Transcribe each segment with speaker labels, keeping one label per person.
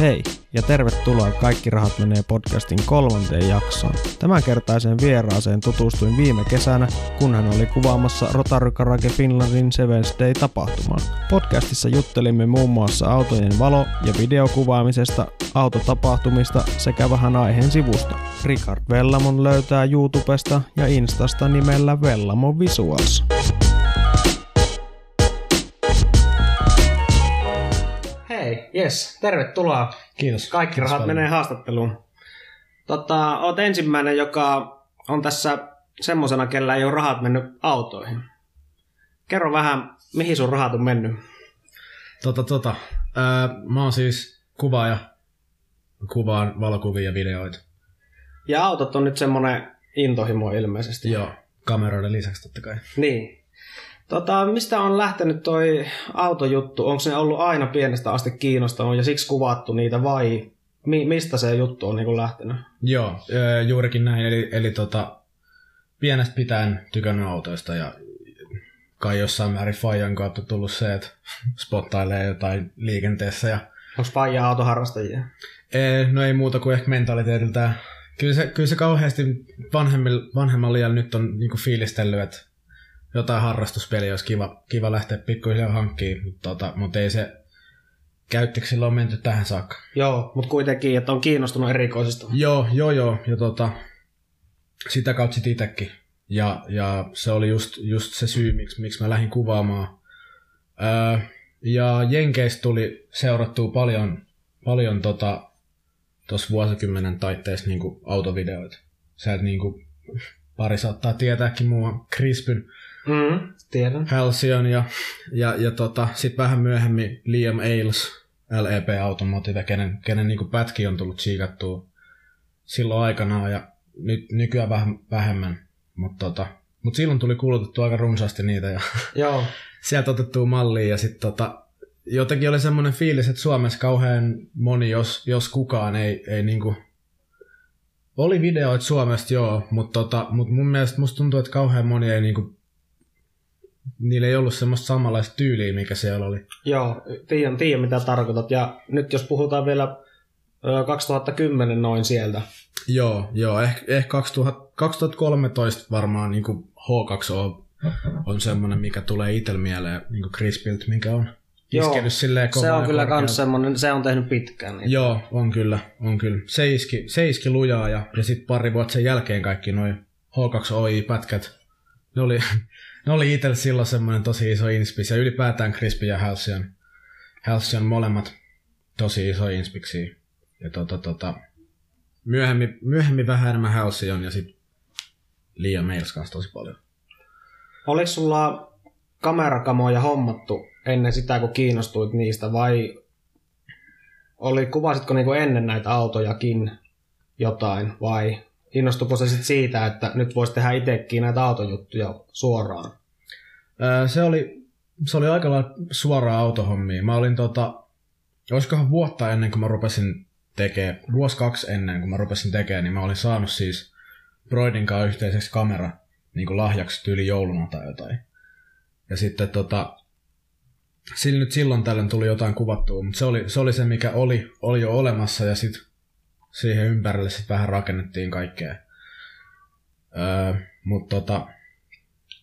Speaker 1: Hei ja tervetuloa Kaikki rahat menee podcastin kolmanteen jaksoon. Tämänkertaiseen vieraaseen tutustuin viime kesänä, kun hän oli kuvaamassa Rotary Karake Finlandin Sevens Day-tapahtumaa. Podcastissa juttelimme muun muassa autojen valo- ja videokuvaamisesta, autotapahtumista sekä vähän aiheen sivusta. Richard Vellamon löytää YouTubesta ja Instasta nimellä Vellamo Visuals. Hei, jes, tervetuloa.
Speaker 2: Kiitos.
Speaker 1: Kaikki rahat
Speaker 2: paljon.
Speaker 1: menee haastatteluun. Tota, oot ensimmäinen, joka on tässä semmosena, kellä ei ole rahat mennyt autoihin. Kerro vähän, mihin sun rahat on mennyt.
Speaker 2: Tota, tota. Öö, mä oon siis kuvaaja. Kuvaan valokuvia ja videoita.
Speaker 1: Ja autot on nyt semmonen intohimo ilmeisesti.
Speaker 2: Joo. Kameroiden lisäksi totta kai.
Speaker 1: Niin. Tota, mistä on lähtenyt toi autojuttu? Onko se ollut aina pienestä asti kiinnostanut ja siksi kuvattu niitä vai mi- mistä se juttu on niinku lähtenyt?
Speaker 2: Joo, öö, juurikin näin. Eli, eli tota, pienestä pitäen tykännyt autoista ja kai jossain määrin Fajan kautta tullut se, että spottailee jotain liikenteessä. Ja,
Speaker 1: Onko faija autoharrastajia?
Speaker 2: Ee, no ei muuta kuin ehkä mentaliteetiltään. Kyllä se, kyllä se kauheasti vanhemmilla, vanhemmalla iällä nyt on niinku fiilistellyt, että jotain harrastuspeliä olisi kiva, kiva lähteä pikkuhiljaa hankkiin, mutta, tota, mutta ei se käyttöksillä on menty tähän saakka.
Speaker 1: Joo, mutta kuitenkin, että on kiinnostunut erikoisista.
Speaker 2: Joo, joo, joo. Ja tota, sitä kautta sit itsekin. Ja, ja se oli just, just se syy, miksi, miksi mä lähdin kuvaamaan. Öö, ja Jenkeistä tuli seurattua paljon, paljon tota, tuossa vuosikymmenen taitteessa niin autovideoita. Sieltä niin kuin, pari saattaa tietääkin mua Crispin Mm-hmm.
Speaker 1: Mm, tiedän.
Speaker 2: Halcyon ja, ja, ja tota, sitten vähän myöhemmin Liam Ailes, LEP Automotive, kenen, kenen niin pätki on tullut siikattua silloin aikanaan ja nyt, nykyään vähän vähemmän, mutta tota, mut silloin tuli kulutettu aika runsaasti niitä ja
Speaker 1: Joo.
Speaker 2: sieltä otettua mallia ja sitten tota, jotenkin oli semmoinen fiilis, että Suomessa kauhean moni, jos, jos kukaan ei, ei niinku, oli videoita Suomesta joo, mutta tota, mut mun mielestä musta tuntuu, että kauhean moni ei niinku, niillä ei ollut semmoista samanlaista tyyliä, mikä siellä oli.
Speaker 1: Joo, tiedän, tiedän mitä tarkoitat. Ja nyt jos puhutaan vielä ö, 2010 noin sieltä.
Speaker 2: Joo, joo, ehkä eh 2000, 2013 varmaan niinku H2O on semmoinen, mikä tulee itsellä mieleen niinku Crispilt, mikä on
Speaker 1: Joo,
Speaker 2: iskenyt silleen
Speaker 1: se
Speaker 2: kovaa
Speaker 1: on
Speaker 2: ja
Speaker 1: kyllä
Speaker 2: korkealla.
Speaker 1: kans semmonen, se on tehnyt pitkään. Niin.
Speaker 2: Joo, on kyllä, on kyllä. Se iski, se iski lujaa ja, ja sitten pari vuotta sen jälkeen kaikki noi H2OI-pätkät, ne oli, ne oli itsellä silloin semmoinen tosi iso inspis. Ja ylipäätään Crispy ja Halcyon, Halcyon molemmat tosi iso inspiksi. Ja tota, tota, myöhemmin, myöhemmin vähän enemmän Halcyon ja sitten Liam Mails kanssa tosi paljon.
Speaker 1: Oliko sulla kamerakamoja hommattu ennen sitä, kun kiinnostuit niistä vai oli, kuvasitko niinku ennen näitä autojakin jotain vai innostuiko se sit siitä, että nyt voisi tehdä itsekin näitä autojuttuja suoraan?
Speaker 2: Öö, se oli, se oli aika lailla suoraa autohommia. Mä olin tota, olisikohan vuotta ennen kuin mä rupesin tekemään, vuosi kaksi ennen kuin mä rupesin tekemään, niin mä olin saanut siis Broidin kanssa yhteiseksi kamera niin kuin lahjaksi tyyli jouluna tai jotain. Ja sitten tota, sillä nyt silloin tällöin tuli jotain kuvattua, mutta se oli se, oli se mikä oli, oli jo olemassa ja sitten siihen ympärille sit vähän rakennettiin kaikkea. Öö, mutta tota,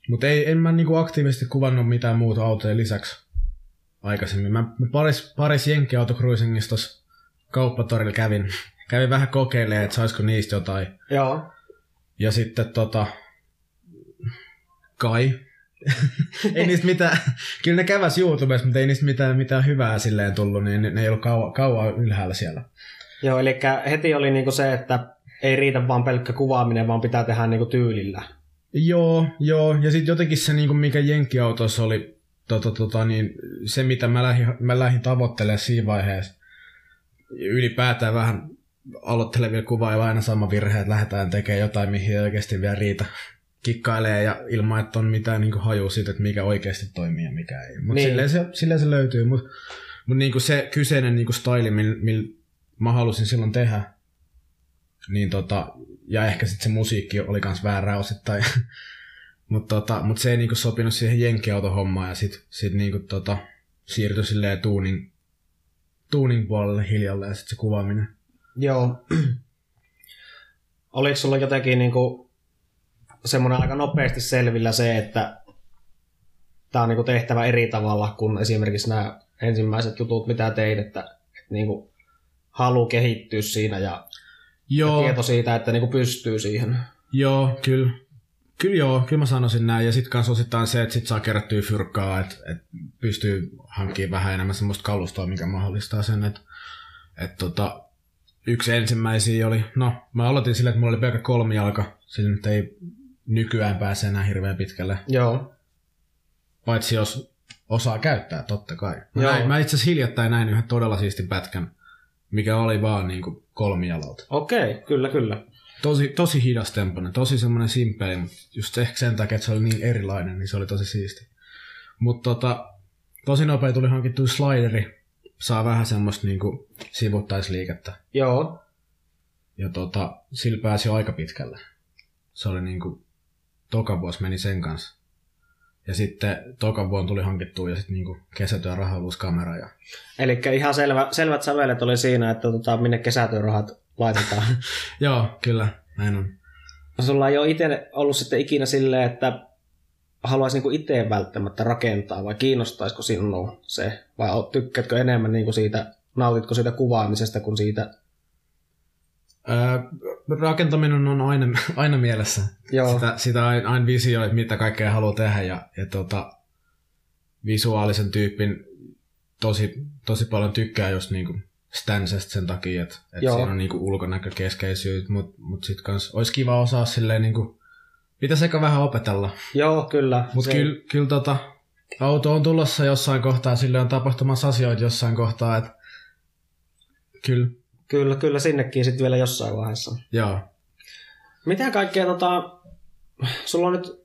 Speaker 2: mutta ei, en mä niinku aktiivisesti kuvannut mitään muuta autoja lisäksi aikaisemmin. Mä, mä paris, paris jenkkiautokruisingissa tuossa kauppatorilla kävin. Kävin vähän kokeilemaan, että saisiko niistä jotain.
Speaker 1: Joo.
Speaker 2: Ja sitten tota... Kai. ei niistä mitään... Kyllä ne käväs YouTubessa, mutta ei niistä mitään, mitään hyvää silleen tullut, niin ne, ne ei ollut kauan, kauan ylhäällä siellä.
Speaker 1: Joo, eli heti oli niinku se, että ei riitä vaan pelkkä kuvaaminen, vaan pitää tehdä niinku tyylillä.
Speaker 2: Joo, joo. Ja sitten jotenkin se, niinku, mikä jenkkiautoissa oli, tota, tota, niin se mitä mä lähdin, mä lähdin tavoittelemaan siinä vaiheessa, ylipäätään vähän aloittelevilla kuvailla aina sama virhe, että lähdetään tekemään jotain, mihin ei oikeasti vielä riitä kikkailee ja ilman, että on mitään niin haju siitä, että mikä oikeasti toimii ja mikä ei. Mutta
Speaker 1: Niin.
Speaker 2: niin. silleen, se, silleen se löytyy. Mutta mut niin se kyseinen niin style, millä mil mä halusin silloin tehdä, niin tota, ja ehkä sitten se musiikki oli kans väärä osittain. Mutta tota, mut se ei niinku sopinut siihen jenkkiautohommaan ja sit, sit niinku tota, siirtyi silleen tuunin, tuunin puolelle hiljalleen sitten se kuvaaminen.
Speaker 3: Joo. Oliko sulla jotenkin niinku semmoinen aika nopeasti selvillä se, että tämä on niinku tehtävä eri tavalla kuin esimerkiksi nämä ensimmäiset jutut, mitä teit, että, että niinku halu kehittyä siinä ja, ja
Speaker 2: Joo,
Speaker 3: tieto siitä, että niinku pystyy siihen.
Speaker 2: joo, kyllä. Kyllä joo, kyllä mä sanoisin näin. Ja sitten kanssa osittain se, että sit saa kerättyä fyrkkaa, että et pystyy hankkimaan vähän enemmän semmoista kalustoa, mikä mahdollistaa sen, että et tota, yksi ensimmäisiä oli, no mä aloitin sillä, että mulla oli pelkä kolmijalka, sillä nyt ei nykyään pääse enää hirveän pitkälle
Speaker 3: Joo.
Speaker 2: paitsi jos osaa käyttää, totta kai. Mä,
Speaker 3: Joo.
Speaker 2: näin, mä itse asiassa hiljattain näin yhden todella siistin pätkän, mikä oli vaan niin kuin kolmijalalta.
Speaker 3: Okei, okay, kyllä, kyllä.
Speaker 2: Tosi, tosi hidastemponen, tosi semmoinen simppeli, mutta just ehkä sen takia, että se oli niin erilainen, niin se oli tosi siisti. Mutta tota, tosi nopea tuli hankittu slideri, saa vähän semmoista niin kuin sivuttaisliikettä.
Speaker 3: Joo.
Speaker 2: Ja tota, sillä pääsi jo aika pitkälle. Se oli niinku, toka vuosi meni sen kanssa. Ja sitten toka vuonna tuli hankittua ja sitten niinku kesätyön raha uusi kamera. Ja...
Speaker 3: Eli ihan selvä, selvät sävelet oli siinä, että tota, minne kesätyörahat laitetaan. No
Speaker 2: Joo, kyllä, näin on.
Speaker 3: Sulla ei ole itse ollut sitten ikinä silleen, että haluaisi niinku itse välttämättä rakentaa vai kiinnostaisiko sinua se? Vai oot- tykkäätkö enemmän niinku siitä, nautitko siitä kuvaamisesta kuin siitä?
Speaker 2: Ää, Öö, rakentaminen on aina, aina mielessä.
Speaker 3: Joo, Sitä.
Speaker 2: Sitä, sitä aina, aina visioi, että mitä kaikkea haluaa tehdä ja, ja tota, visuaalisen tyypin tosi, tosi paljon tykkää just niinku Stansesta sen takia, että et
Speaker 3: Joo.
Speaker 2: siinä on niinku ulkonäkökeskeisyyt, mutta mut sit kans olisi kiva osaa silleen niinku, pitäisi ehkä vähän opetella.
Speaker 3: joo kyllä.
Speaker 2: Mutta
Speaker 3: Se-
Speaker 2: kyllä kyl tota, auto on tulossa jossain kohtaa, sille on tapahtumassa asioita jossain kohtaa, että kyllä,
Speaker 3: kyllä, kyllä sinnekin sitten vielä jossain vaiheessa.
Speaker 2: joo.
Speaker 3: Mitä kaikkea, tota, sulla on nyt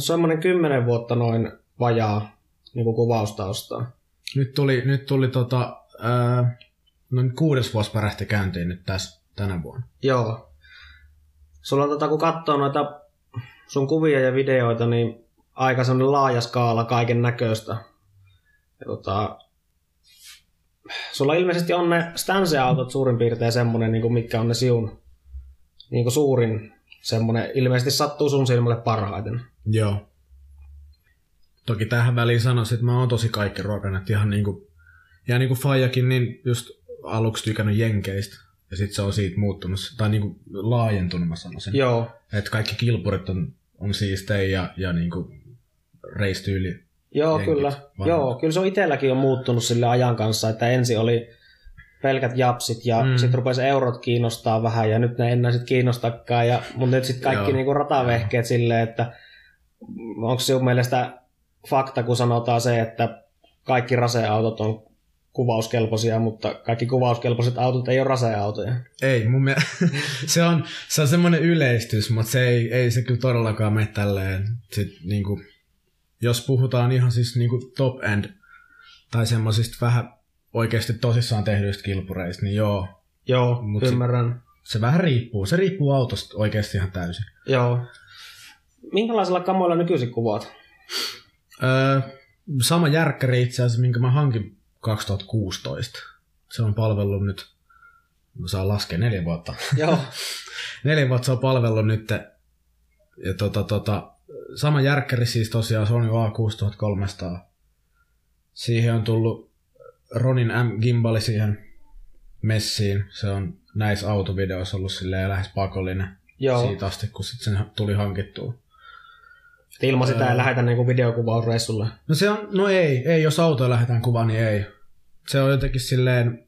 Speaker 3: semmoinen kymmenen vuotta noin vajaa niinku kuvaustaustaa.
Speaker 2: Nyt tuli, nyt tuli tota, ää, noin kuudes vuosi pärähti käyntiin nyt tässä tänä vuonna.
Speaker 3: Joo. Sulla on tota, kun katsoo noita sun kuvia ja videoita, niin aika semmoinen laaja skaala kaiken näköistä. Ja tota, sulla ilmeisesti on ne Stanse-autot suurin piirtein semmonen, niin kuin mitkä on ne siun niin kuin suurin semmonen, ilmeisesti sattuu sun silmälle parhaiten.
Speaker 2: Joo. Toki tähän väliin sanoisin, että mä oon tosi kaikki ruokan, että ihan niinku, ja niinku Fajakin, niin just aluksi tykännyt jenkeistä. Ja sit se on siitä muuttunut, tai niinku laajentunut mä sanoisin.
Speaker 3: Joo,
Speaker 2: Että kaikki kilpurit on, on siistejä ja, ja niinku reistyyli.
Speaker 3: Joo,
Speaker 2: Jenkit
Speaker 3: kyllä.
Speaker 2: vanhat.
Speaker 3: Joo, kyllä se on itselläkin on muuttunut sille ajan kanssa, että ensin oli pelkät japsit ja
Speaker 2: Mm.
Speaker 3: mm. sitten rupesi eurot kiinnostaa vähän ja nyt ne ei enää sitten kiinnostakaan. Ja, mutta nyt sitten kaikki
Speaker 2: Joo.
Speaker 3: niinku ratavehkeet silleen, että onko sinun mielestä fakta, kun sanotaan se, että kaikki raseautot on kuvauskelpoisia, mutta kaikki kuvauskelpoiset autot ei ole raseautoja.
Speaker 2: Ei, mun miel... se on, se on semmoinen yleistys, mutta se ei, ei se kyllä todellakaan mene tälleen. Sit, niinku, jos puhutaan ihan siis niinku top end tai semmoisista vähän oikeasti tosissaan tehdyistä kilpureista, niin joo,
Speaker 3: Joo,
Speaker 2: Mut
Speaker 3: Mut
Speaker 2: sit-
Speaker 3: ymmärrän.
Speaker 2: se vähän riippuu. Se riippuu autosta oikeasti ihan täysin.
Speaker 3: Joo. Minkälaisilla kamoilla nykyisin kuvaat?
Speaker 2: Öö, sama järkkäri itse asiassa, minkä mä hankin 2016. Se on palvellut nyt, mä saan laskea neljä vuotta.
Speaker 3: Joo,
Speaker 2: neljä vuotta se on palvellut nyt. Ja tota, tota, sama järkkäri siis tosiaan Sony A6300. Siihen on tullut Ronin M. Gimbali siihen messiin. Se on näissä autovideoissa ollut silleen lähes pakollinen
Speaker 3: joo.
Speaker 2: siitä asti, kun sit sen tuli hankittua.
Speaker 3: Et Ilman sitä
Speaker 2: Ää.
Speaker 3: ei lähetä niinku videokuvausreissulle.
Speaker 2: No se on, no ei, ei, jos autoa lähdetään kuvaan, niin ei. Se on jotenkin silleen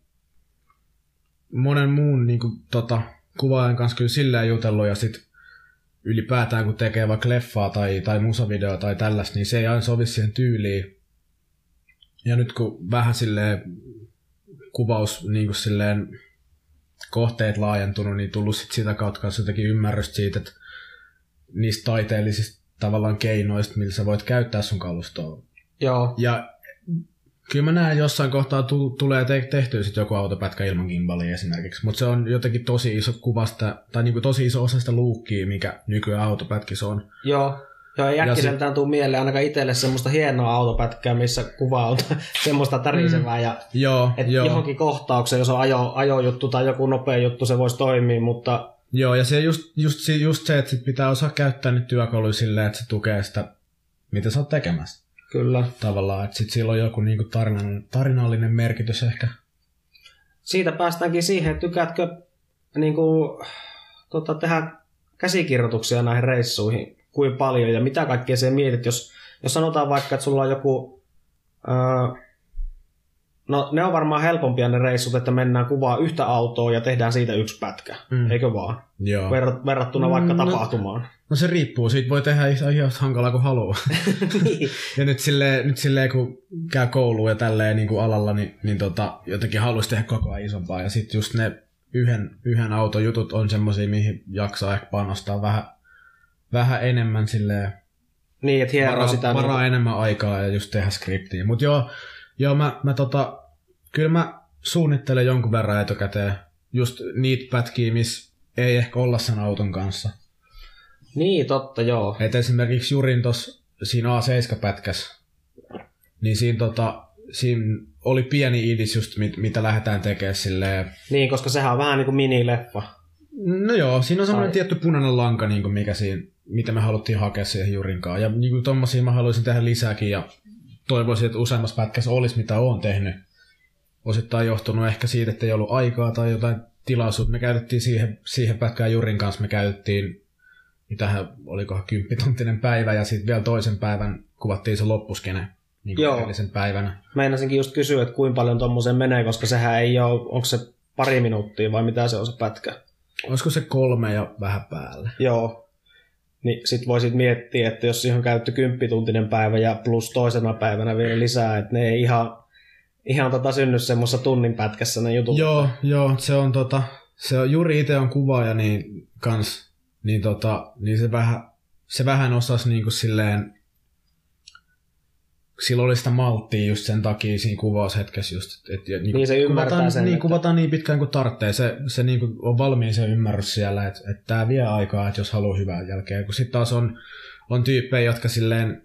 Speaker 2: monen muun niin kuin, tota, kuvaajan kanssa kyllä silleen jutellut ja sit ylipäätään kun tekee vaikka leffaa tai, tai musavideoa tai tällaista, niin se ei aina sovi siihen tyyliin. Ja nyt kun vähän silleen kuvaus niin kuin silleen kohteet laajentunut, niin tullut sit sitä kautta kanssa jotenkin ymmärrystä siitä, että niistä taiteellisista tavallaan keinoista, millä sä voit käyttää sun kalustoa
Speaker 3: Joo,
Speaker 2: ja kyllä mä näen jossain kohtaa tu- tulee te- tehtyä sit joku autopätkä ilman gimbalia esimerkiksi, mutta se on jotenkin tosi iso kuvasta, tai niinku tosi iso osa sitä luukkia, mikä nykyään autopätkissä on.
Speaker 3: joo. Joo, ei äkkiseltään tuu mieleen ainakaan itselle semmoista hienoa autopätkää, missä kuvaa on semmoista tärisevää ja
Speaker 2: Joo,
Speaker 3: et
Speaker 2: joo.
Speaker 3: johonkin kohtaukseen, jos on ajo, ajojuttu tai joku nopea juttu, se voisi toimia, mutta
Speaker 2: Joo, ja se just, just, se- just se, että sit pitää osaa käyttää niitä työkaluja silleen, että se tukee sitä, mitä sä oot tekemässä
Speaker 3: kyllä.
Speaker 2: tavallaan. Että sit sillä on joku niinku tarinan, tarinallinen merkitys ehkä.
Speaker 3: Siitä päästäänkin siihen, että tykkäätkö niin kuin, tota, tehdä käsikirjoituksia näihin reissuihin, kuin paljon ja mitä kaikkea se mietit, jos, jos sanotaan vaikka, että sulla on joku... Öö, no ne on varmaan helpompia ne reissut, että mennään kuvaa yhtä autoa ja tehdään siitä yksi pätkä,
Speaker 2: Mm.
Speaker 3: eikö vaan?
Speaker 2: Joo.
Speaker 3: Verrat, verrattuna vaikka
Speaker 2: Mm, no-
Speaker 3: tapahtumaan.
Speaker 2: No se riippuu, siitä voi tehdä ihan ihan hankalaa kuin haluaa.
Speaker 3: niin.
Speaker 2: Ja nyt silleen, nyt silleen kun käy kouluun ja tälleen niin kuin alalla, niin, niin tota, jotenkin haluaisi tehdä koko ajan isompaa. Ja sitten just ne yhden, yhden auton jutut on semmoisia, mihin jaksaa ehkä panostaa vähän, vähän enemmän silleen.
Speaker 3: Niin, että hieroa
Speaker 2: Varaa,
Speaker 3: sitä.
Speaker 2: varaa
Speaker 3: niin,
Speaker 2: enemmän aikaa ja just tehdä skriptiä. Mutta joo, joo mä, mä tota, kyllä mä suunnittelen jonkun verran etukäteen just niitä pätkiä, missä ei ehkä olla sen auton kanssa.
Speaker 3: niin, totta, joo.
Speaker 2: Et esimerkiksi Jurin tos, siinä A7-pätkässä, niin siinä, tota, siinä oli pieni idis just, mit, mitä lähdetään tekemään silleen.
Speaker 3: Niin, koska sehän on vähän niin kuin minileffa.
Speaker 2: No joo, siinä on semmoinen
Speaker 3: Ai.
Speaker 2: tietty punainen lanka, niin kuin mikä siinä, mitä me haluttiin hakea siihen Jurinkaan. Ja niin kuin tommosia mä haluaisin tehdä lisääkin ja toivoisin, että useammassa pätkässä olisi mitä oon tehnyt. Osittain johtunut ehkä siitä, että ei ollut aikaa tai jotain tilaisuutta. Me käytettiin siihen, siihen pätkään Jurin kanssa, me käytettiin mitähän, olikohan kymppituntinen päivä ja sitten vielä toisen päivän kuvattiin se loppuskene. Niin
Speaker 3: Joo.
Speaker 2: kuin edellisen päivänä.
Speaker 3: Meinasinkin just kysyä, että kuinka paljon tommoseen menee, koska sehän ei ole, onko se pari minuuttia vai mitä se on se pätkä.
Speaker 2: Olisiko se kolme ja vähän päälle?
Speaker 3: Joo. Niin sit voisit miettiä, että jos siihen on käytetty kymppituntinen päivä ja plus toisena päivänä vielä lisää, että ne ei ihan, ihan tota synny semmoisessa tunnin pätkässä ne jutut.
Speaker 2: Joo, joo, se on tota, se on, Juri itse on kuvaaja niin kans, niin tota, niin se vähän, se vähän osas niinku silleen, sillä oli sitä malttia just sen takia siinä kuvaushetkessä just, että et, niinku
Speaker 3: Niin se ymmärtää
Speaker 2: kuvataan,
Speaker 3: sen,
Speaker 2: niin,
Speaker 3: että-
Speaker 2: kuvataan niin pitkään kuin tarvitsee, se, se niinku on valmiin se ymmärrys siellä, että et tää vie aikaa, että jos haluaa hyvää jälkeä, kun sit taas on, on tyyppejä, jotka silleen,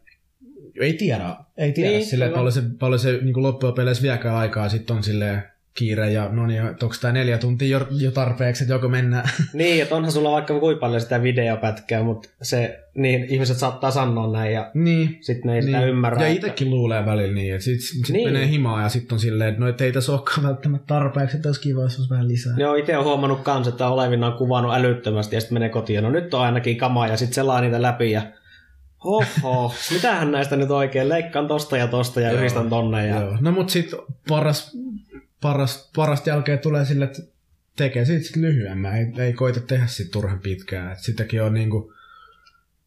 Speaker 2: ei tiedä, ei tiedä
Speaker 3: Niin,
Speaker 2: niin, silleen,
Speaker 3: kyllä.
Speaker 2: paljon se, paljon se niin loppujen peleissä viekään aikaa, sitten on silleen kiire ja no niin, onko tämä neljä tuntia jo, jo tarpeeksi, että joko mennään.
Speaker 3: Niin, että onhan sulla vaikka kuinka paljon sitä videopätkää, mutta se, niin ihmiset saattaa sanoa näin ja
Speaker 2: niin.
Speaker 3: sitten ne ei sitä
Speaker 2: Niin.
Speaker 3: ymmärrä.
Speaker 2: ja
Speaker 3: että-
Speaker 2: itsekin luulee välillä niin, että sitten sit
Speaker 3: Niin.
Speaker 2: niin. menee himaa ja sitten on silleen, että no et ei tässä olekaan välttämättä tarpeeksi, että olisi kiva, jos olisi vähän lisää.
Speaker 3: Joo, itse olen huomannut kans, että olevina on kuvannut älyttömästi ja sitten menee kotiin. ja No nyt on ainakin kamaa ja sitten selaa niitä läpi ja Oho, mitähän näistä nyt oikein? Leikkaan tosta ja tosta ja
Speaker 2: Joo.
Speaker 3: yhdistän tonne. Ja...
Speaker 2: Joo. No mut sit paras, paras, paras jälkeen tulee sille, että tekee siitä sit lyhyemmän, ei, ei koita tehdä sit turhan pitkään. Et sitäkin on niinku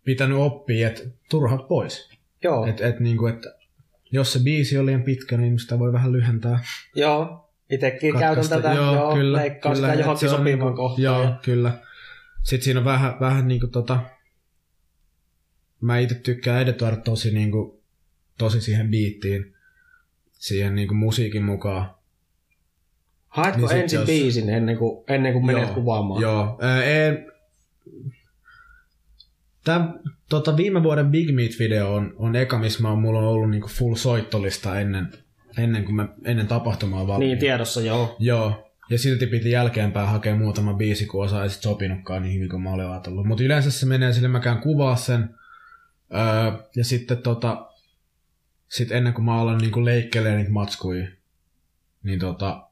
Speaker 2: pitänyt oppia, että turhat pois.
Speaker 3: Joo.
Speaker 2: Et, et niinku, et, jos se biisi on liian pitkä, niin sitä voi vähän lyhentää.
Speaker 3: joo. Itsekin käytän
Speaker 2: Katkaista.
Speaker 3: tätä, joo, joo kyllä, leikkaan kyllä,
Speaker 2: et
Speaker 3: sitä
Speaker 2: se
Speaker 3: johonkin
Speaker 2: on
Speaker 3: sopivaan
Speaker 2: niinku-
Speaker 3: kohtaan.
Speaker 2: Joo,
Speaker 3: ja-
Speaker 2: kyllä. Sitten siinä on vähän, vähän niinku tota... Mä itse tykkään editoida tosi, niinku, tosi siihen biittiin, siihen niinku musiikin mukaan.
Speaker 3: Haetko
Speaker 2: Niin sit
Speaker 3: ensin
Speaker 2: jos-
Speaker 3: biisin ennen kuin, ennen kuin menet
Speaker 2: Joo,
Speaker 3: kuvaamaan?
Speaker 2: Joo. Ää, ei- Tää, tota, viime vuoden Big Meat-video on, on eka, missä mä oon, mulla on ollut niinku full soittolista ennen, ennen, kuin mä, ennen tapahtumaa valmiina.
Speaker 3: Niin, tiedossa joo.
Speaker 2: Joo, ja silti piti jälkeenpäin hakea muutama biisi, kun osa ei sit sopinutkaan niin hyvin kuin mä olin ajatellut. Mutta yleensä se menee sille, mä käyn kuvaa sen. Öö, ja sitten tota, sit ennen kuin mä alan niinku leikkelee niitä matskuja, niin tota,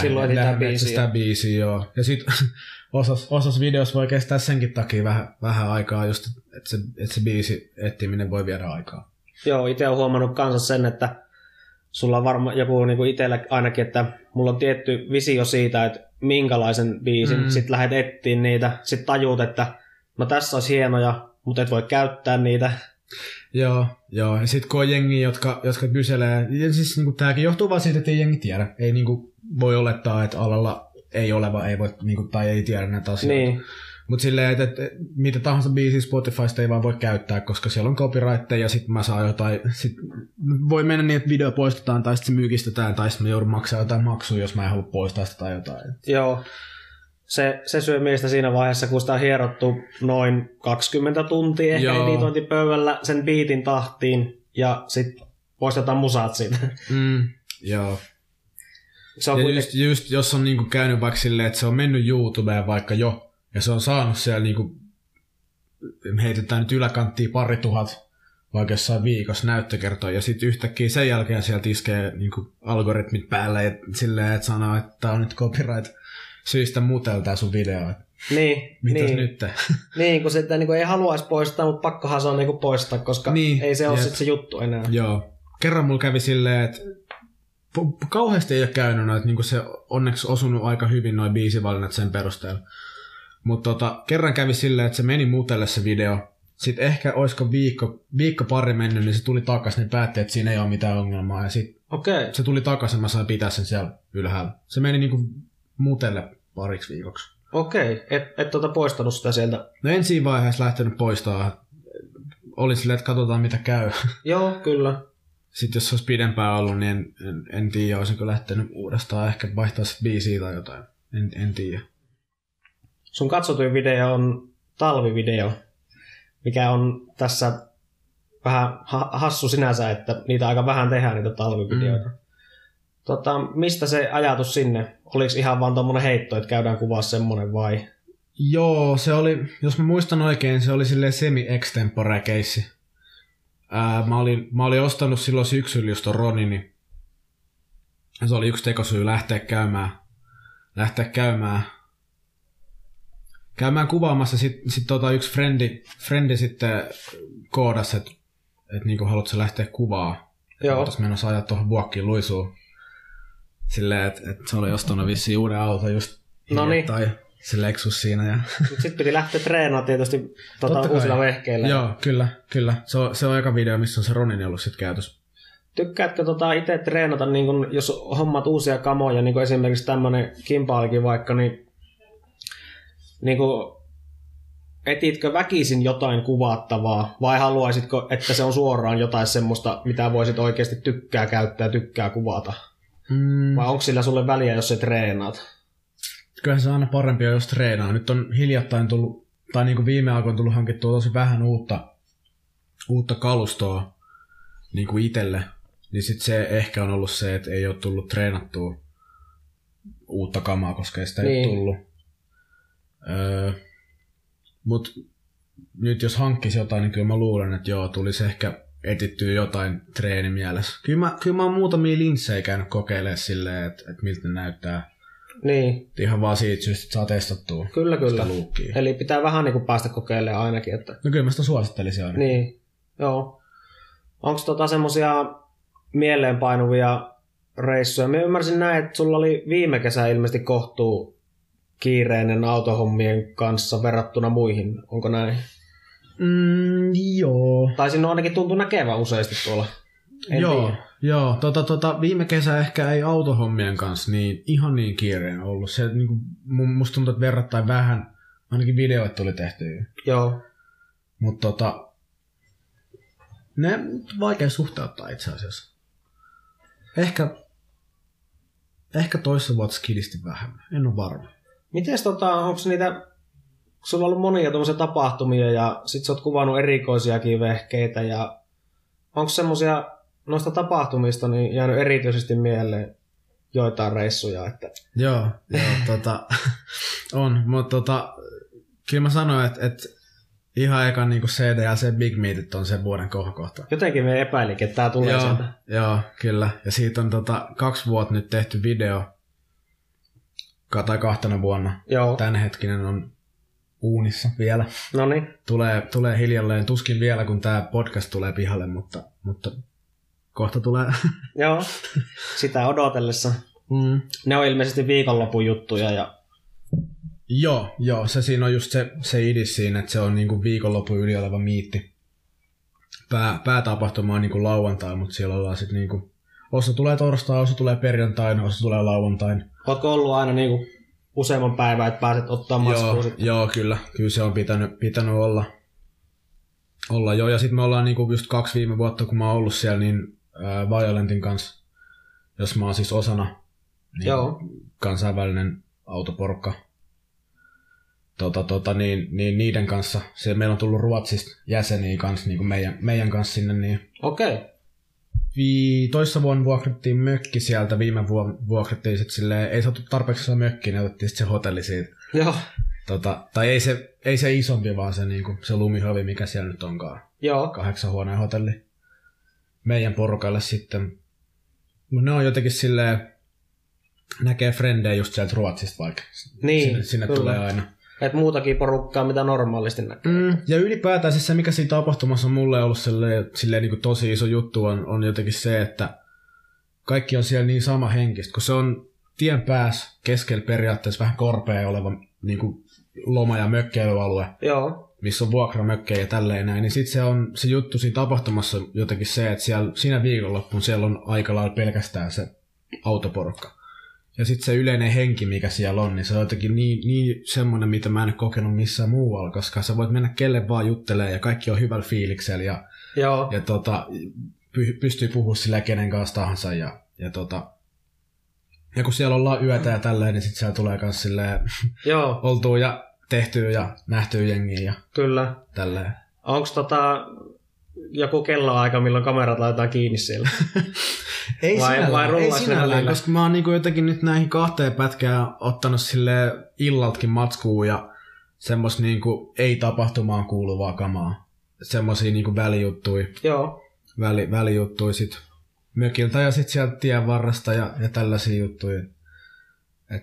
Speaker 3: Silloin etsitään biisiä.
Speaker 2: sitä biisiä. Joo. Ja sit osas, osas videossa voi kestää senkin takia vähän, vähän aikaa, just että se, et se biisi etsiminen voi viedä aikaa.
Speaker 3: Joo, itse olen huomannut kanssa sen, että sulla on varmaan joku niin kuin itsellä ainakin, että mulla on tietty visio siitä, että minkälaisen biisin,
Speaker 2: Mm.
Speaker 3: mm. sit lähdet ettiin niitä, sit tajut, että no tässä olisi hienoja, mutta et voi käyttää niitä.
Speaker 2: Joo, joo. Ja sit kun on jengi, jotka, jotka kyselee, ja siis niinku tääkin johtuu vaan siitä, että ei jengi tiedä. Ei niinku voi olettaa, että alalla ei ole, vaan ei voi, niinku, tai ei tiedä näitä asioita.
Speaker 3: Niin,
Speaker 2: Mutta silleen, että, että mitä tahansa biisiä Spotifysta ei vaan voi käyttää, koska siellä on copyrightteja ja sit mä saan jotain, sit voi mennä niin, että video poistetaan tai sit se myykistetään tai sit mä joudun maksaa jotain maksua, jos mä en halua poistaa sitä tai jotain.
Speaker 3: joo. se, se syö miestä siinä vaiheessa, kun sitä on hierottu noin 20 tuntia ehkä
Speaker 2: Joo.
Speaker 3: editointipöydällä sen biitin tahtiin ja sitten poistetaan musat siitä.
Speaker 2: Mm. Joo.
Speaker 3: Se on
Speaker 2: Ja
Speaker 3: kuitenkin
Speaker 2: just, just, jos on niinku käynyt vaikka silleen, että se on mennyt YouTubeen vaikka jo, ja se on saanut siellä niinku, heitetään nyt yläkanttiin pari tuhat, vaikka jossain viikossa näyttökertoja, ja sitten yhtäkkiä sen jälkeen sieltä iskee niinku algoritmit päälle, ja silleen, että sanoo, että tää on nyt copyright syistä muteltaa sun video, että
Speaker 3: Niin,
Speaker 2: mitäs
Speaker 3: niin,
Speaker 2: nyt?
Speaker 3: niin kun sitä niin ei haluaisi poistaa, mutta pakkohan se on niin poistaa, koska
Speaker 2: Niin,
Speaker 3: niin, ei se ole
Speaker 2: jep.
Speaker 3: sit se juttu enää.
Speaker 2: Joo. Kerran mulla kävi silleen, että po- kauheasti ei ole käynyt noita, niin se onneksi osunut aika hyvin noin biisivalinnat sen perusteella. Mutta tota, kerran kävi silleen, että se meni muutelle se video. Sitten ehkä olisiko viikko, viikko pari mennyt, niin se tuli takas, niin päätti, että siinä ei ole mitään ongelmaa. Ja sitten
Speaker 3: Okei, okay.
Speaker 2: se tuli takas, ja mä sain pitää sen siellä ylhäällä. Se meni niinku mutelle pariksi viikoksi.
Speaker 3: okei. Okay. Et, et tuota poistanut sitä sieltä.
Speaker 2: No en siinä vaiheessa lähtenyt poistaa. Oli silleen, että katsotaan mitä käy.
Speaker 3: Joo, kyllä.
Speaker 2: sitten jos se olisi pidempään ollut, niin en, en, en tiedä, olisinko lähtenyt uudestaan. Ehkä vaihtaa sitten biisiä tai jotain. En, en tiedä.
Speaker 3: Sun katsotuin video on talvivideo, mikä on tässä vähän ha- hassu sinänsä, että niitä aika vähän tehdään niitä talvivideoita. Mm. Tota, mistä se ajatus sinne? Oliko ihan vaan tuommoinen heitto, että käydään kuvaa semmoinen vai?
Speaker 2: Joo, se oli, jos mä muistan oikein, se oli silleen semi-extempore keissi. Ää, mä, olin, mä olin ostanut silloin syksyllä just ton Ronini. Ja se oli yksi tekosyy lähteä käymään, lähteä käymään, käymään kuvaamassa. Sitten sit tota yksi frendi, frendi sitten koodasi, että et niinku haluatko lähteä kuvaa.
Speaker 3: Joo.
Speaker 2: Oltais menossa ajaa tuohon buokkiin luisuun. Silleen, että et se oli ostanut vissiin uuden auton just
Speaker 3: No niin.
Speaker 2: tai se Lexus siinä. Ja...
Speaker 3: Sitten piti lähteä treenaamaan tietysti tota,
Speaker 2: Totta kai.
Speaker 3: uusilla vehkeillä.
Speaker 2: Joo, kyllä, kyllä. Se on, se on aika video, missä on se Ronin ollut sitten käytössä.
Speaker 3: Tykkäätkö tota itse treenata, niin kun, jos hommat uusia kamoja, niin kun esimerkiksi tämmöinen kimpaalikin vaikka, niin, niin kun, etitkö väkisin jotain kuvattavaa vai haluaisitko, että se on suoraan jotain semmoista, mitä voisit oikeasti tykkää käyttää ja tykkää kuvata?
Speaker 2: Mm,
Speaker 3: Vai onko sillä sulle väliä, jos sä treenaat?
Speaker 2: kyllähän se on aina parempi, jos treenaa. Nyt on hiljattain tullut, tai niin kuin viime aikoina tullut hankittua tosi vähän uutta, uutta kalustoa niin kuin itselle. Niin sitten se ehkä on ollut se, että ei ole tullut treenattua uutta kamaa, koska ei sitä niin.
Speaker 3: Niin.
Speaker 2: ei tullut. Öö, Mutta nyt jos hankkisi jotain, niin kyllä mä luulen, että joo, tulisi ehkä etittyä jotain treenimielessä. Kyllä mä, kyllä mä oon muutamia linssejä käynyt kokeilemaan silleen, että, että miltä ne näyttää.
Speaker 3: Niin,
Speaker 2: Ihan vaan siitä syystä, että saa testattua
Speaker 3: kyllä kyllä.
Speaker 2: sitä luukkia.
Speaker 3: Eli pitää vähän niin kuin päästä kokeilemaan ainakin, että
Speaker 2: No kyllä mä sitä suosittelisin aina.
Speaker 3: Niin, joo. Onko tota semmosia mieleenpainuvia reissuja? Mä ymmärsin näin, että sulla oli viime kesä ilmeisesti kohtuu kiireinen autohommien kanssa verrattuna muihin. Onko näin?
Speaker 2: Mm, joo.
Speaker 3: Tai sinun ainakin tuntuu näkevän useasti tuolla. En
Speaker 2: joo,
Speaker 3: tiedä.
Speaker 2: joo. Tota, tota, viime kesä ehkä ei autohommien kanssa niin ihan niin kiireen ollut. Se, niin kuin, musta tuntuu, että verrattain vähän, ainakin videoit tuli tehtyä.
Speaker 3: Joo.
Speaker 2: Mutta tota, ne vaikea suhteuttaa itse asiassa. Ehkä, ehkä toissa vuotta skidisti vähemmän, en ole varma.
Speaker 3: Mites tota, onko niitä, sulla on ollut monia tuommoisia tapahtumia ja sit sä oot kuvannut erikoisiakin vehkeitä ja onko semmosia noista tapahtumista niin jäänyt erityisesti mieleen joitain reissuja, että
Speaker 2: Joo, joo tota, on, mutta tota, kyllä mä sanoin, että, että ihan eka niin CD ja se Big Meatit on sen vuoden kohokohta.
Speaker 3: Jotenkin me epäilikin, että tämä tulee
Speaker 2: Joo,
Speaker 3: sieltä.
Speaker 2: joo, kyllä. Ja siitä on tota, kaksi vuotta nyt tehty video, Ka- tai kahtena vuonna.
Speaker 3: Joo,
Speaker 2: Tämänhetkinen on uunissa vielä.
Speaker 3: no niin.
Speaker 2: tulee, tulee hiljalleen, tuskin vielä kun tämä podcast tulee pihalle, mutta, mutta kohta tulee.
Speaker 3: Joo, sitä odotellessa.
Speaker 2: Mm.
Speaker 3: Ne on ilmeisesti viikonlopun juttuja ja
Speaker 2: Joo, joo, se siinä on just se, se idis siinä, että se on niinku viikonloppu yli oleva miitti. Pää, päätapahtuma on niinku lauantai, mutta siellä ollaan sitten niinku, osa tulee torstai, osa tulee perjantaina, osa tulee lauantaina.
Speaker 3: ootko ollut aina niinku useamman päivän, että pääset ottaa
Speaker 2: Joo,
Speaker 3: maskuun sitten?
Speaker 2: joo, kyllä, kyllä se on pitänyt, pitänyt olla. olla joo. Ja sitten me ollaan niinku just kaksi viime vuotta, kun mä oon ollut siellä, niin ää, Violentin kanssa, jos mä oon siis osana, niin
Speaker 3: Joo.
Speaker 2: kansainvälinen autoporukka. tota, tota, niin, niin niiden kanssa, se, meillä on tullut Ruotsista jäseniä kanssa, niin kuin meidän, meidän kanssa sinne, niin
Speaker 3: Okei. Okay.
Speaker 2: vi, toissa vuonna vuokrattiin mökki sieltä, viime vuonna vuokrattiin sitten silleen, ei saatu tarpeeksi sitä mökkiä, niin otettiin sitten se hotelli siitä.
Speaker 3: Joo.
Speaker 2: Tota, tai ei se, ei se isompi, vaan se, niin kuin, se lumihovi, mikä siellä nyt onkaan.
Speaker 3: Joo.
Speaker 2: kahdeksan huoneen hotelli meidän porukalle sitten. Mut ne on jotenkin silleen, näkee frendejä just sieltä Ruotsista vaikka.
Speaker 3: Niin,
Speaker 2: sinne, sinne
Speaker 3: kyllä.
Speaker 2: tulee aina.
Speaker 3: Et muutakin porukkaa, mitä normaalisti näkee.
Speaker 2: Mm, ja ylipäätään siis se, mikä siinä tapahtumassa on mulle ollut silleen, silleen niin kuin tosi iso juttu, on, on jotenkin se, että kaikki on siellä niin sama henkistä, kun se on tien päässä keskellä periaatteessa vähän korpea oleva niin kuin loma- ja mökkeilyalue,
Speaker 3: Joo.
Speaker 2: missä on vuokramökkejä ja tälleen näin, niin sitten se on se juttu siinä tapahtumassa jotenkin se, että siellä, siinä viikonloppuun siellä on aika lailla pelkästään se autoporukka. Ja sitten se yleinen henki, mikä siellä on, niin se on jotenkin niin, niin semmoinen, mitä mä en ole kokenut missään muualla, koska sä voit mennä kelle vaan juttelemaan ja kaikki on hyvällä fiiliksellä ja,
Speaker 3: Joo.
Speaker 2: ja tota, py, pystyy puhumaan sillä kenen kanssa tahansa ja, ja tota, ja kun siellä ollaan yötä ja tälleen, niin sitten siellä tulee myös silleen
Speaker 3: Joo.
Speaker 2: oltua ja tehtyä ja nähtyä jengiä ja
Speaker 3: Kyllä.
Speaker 2: tälleen.
Speaker 3: Onko tota joku kelloaika, milloin kamerat laitetaan kiinni siellä?
Speaker 2: Ei
Speaker 3: Vai-
Speaker 2: sinällään,
Speaker 3: vai
Speaker 2: ei
Speaker 3: rullaako
Speaker 2: sinällään
Speaker 3: välillä?
Speaker 2: koska mä oon niinku jotenkin nyt näihin kahteen pätkään ottanut sille illaltakin matskuu ja semmos niinku ei-tapahtumaan kuuluvaa kamaa. Semmosia niinku välijuttui,
Speaker 3: Joo.
Speaker 2: väli, välijuttui sit mökiltä ja sit sieltä tien varrasta ja, ja tällaisia juttuja. Et,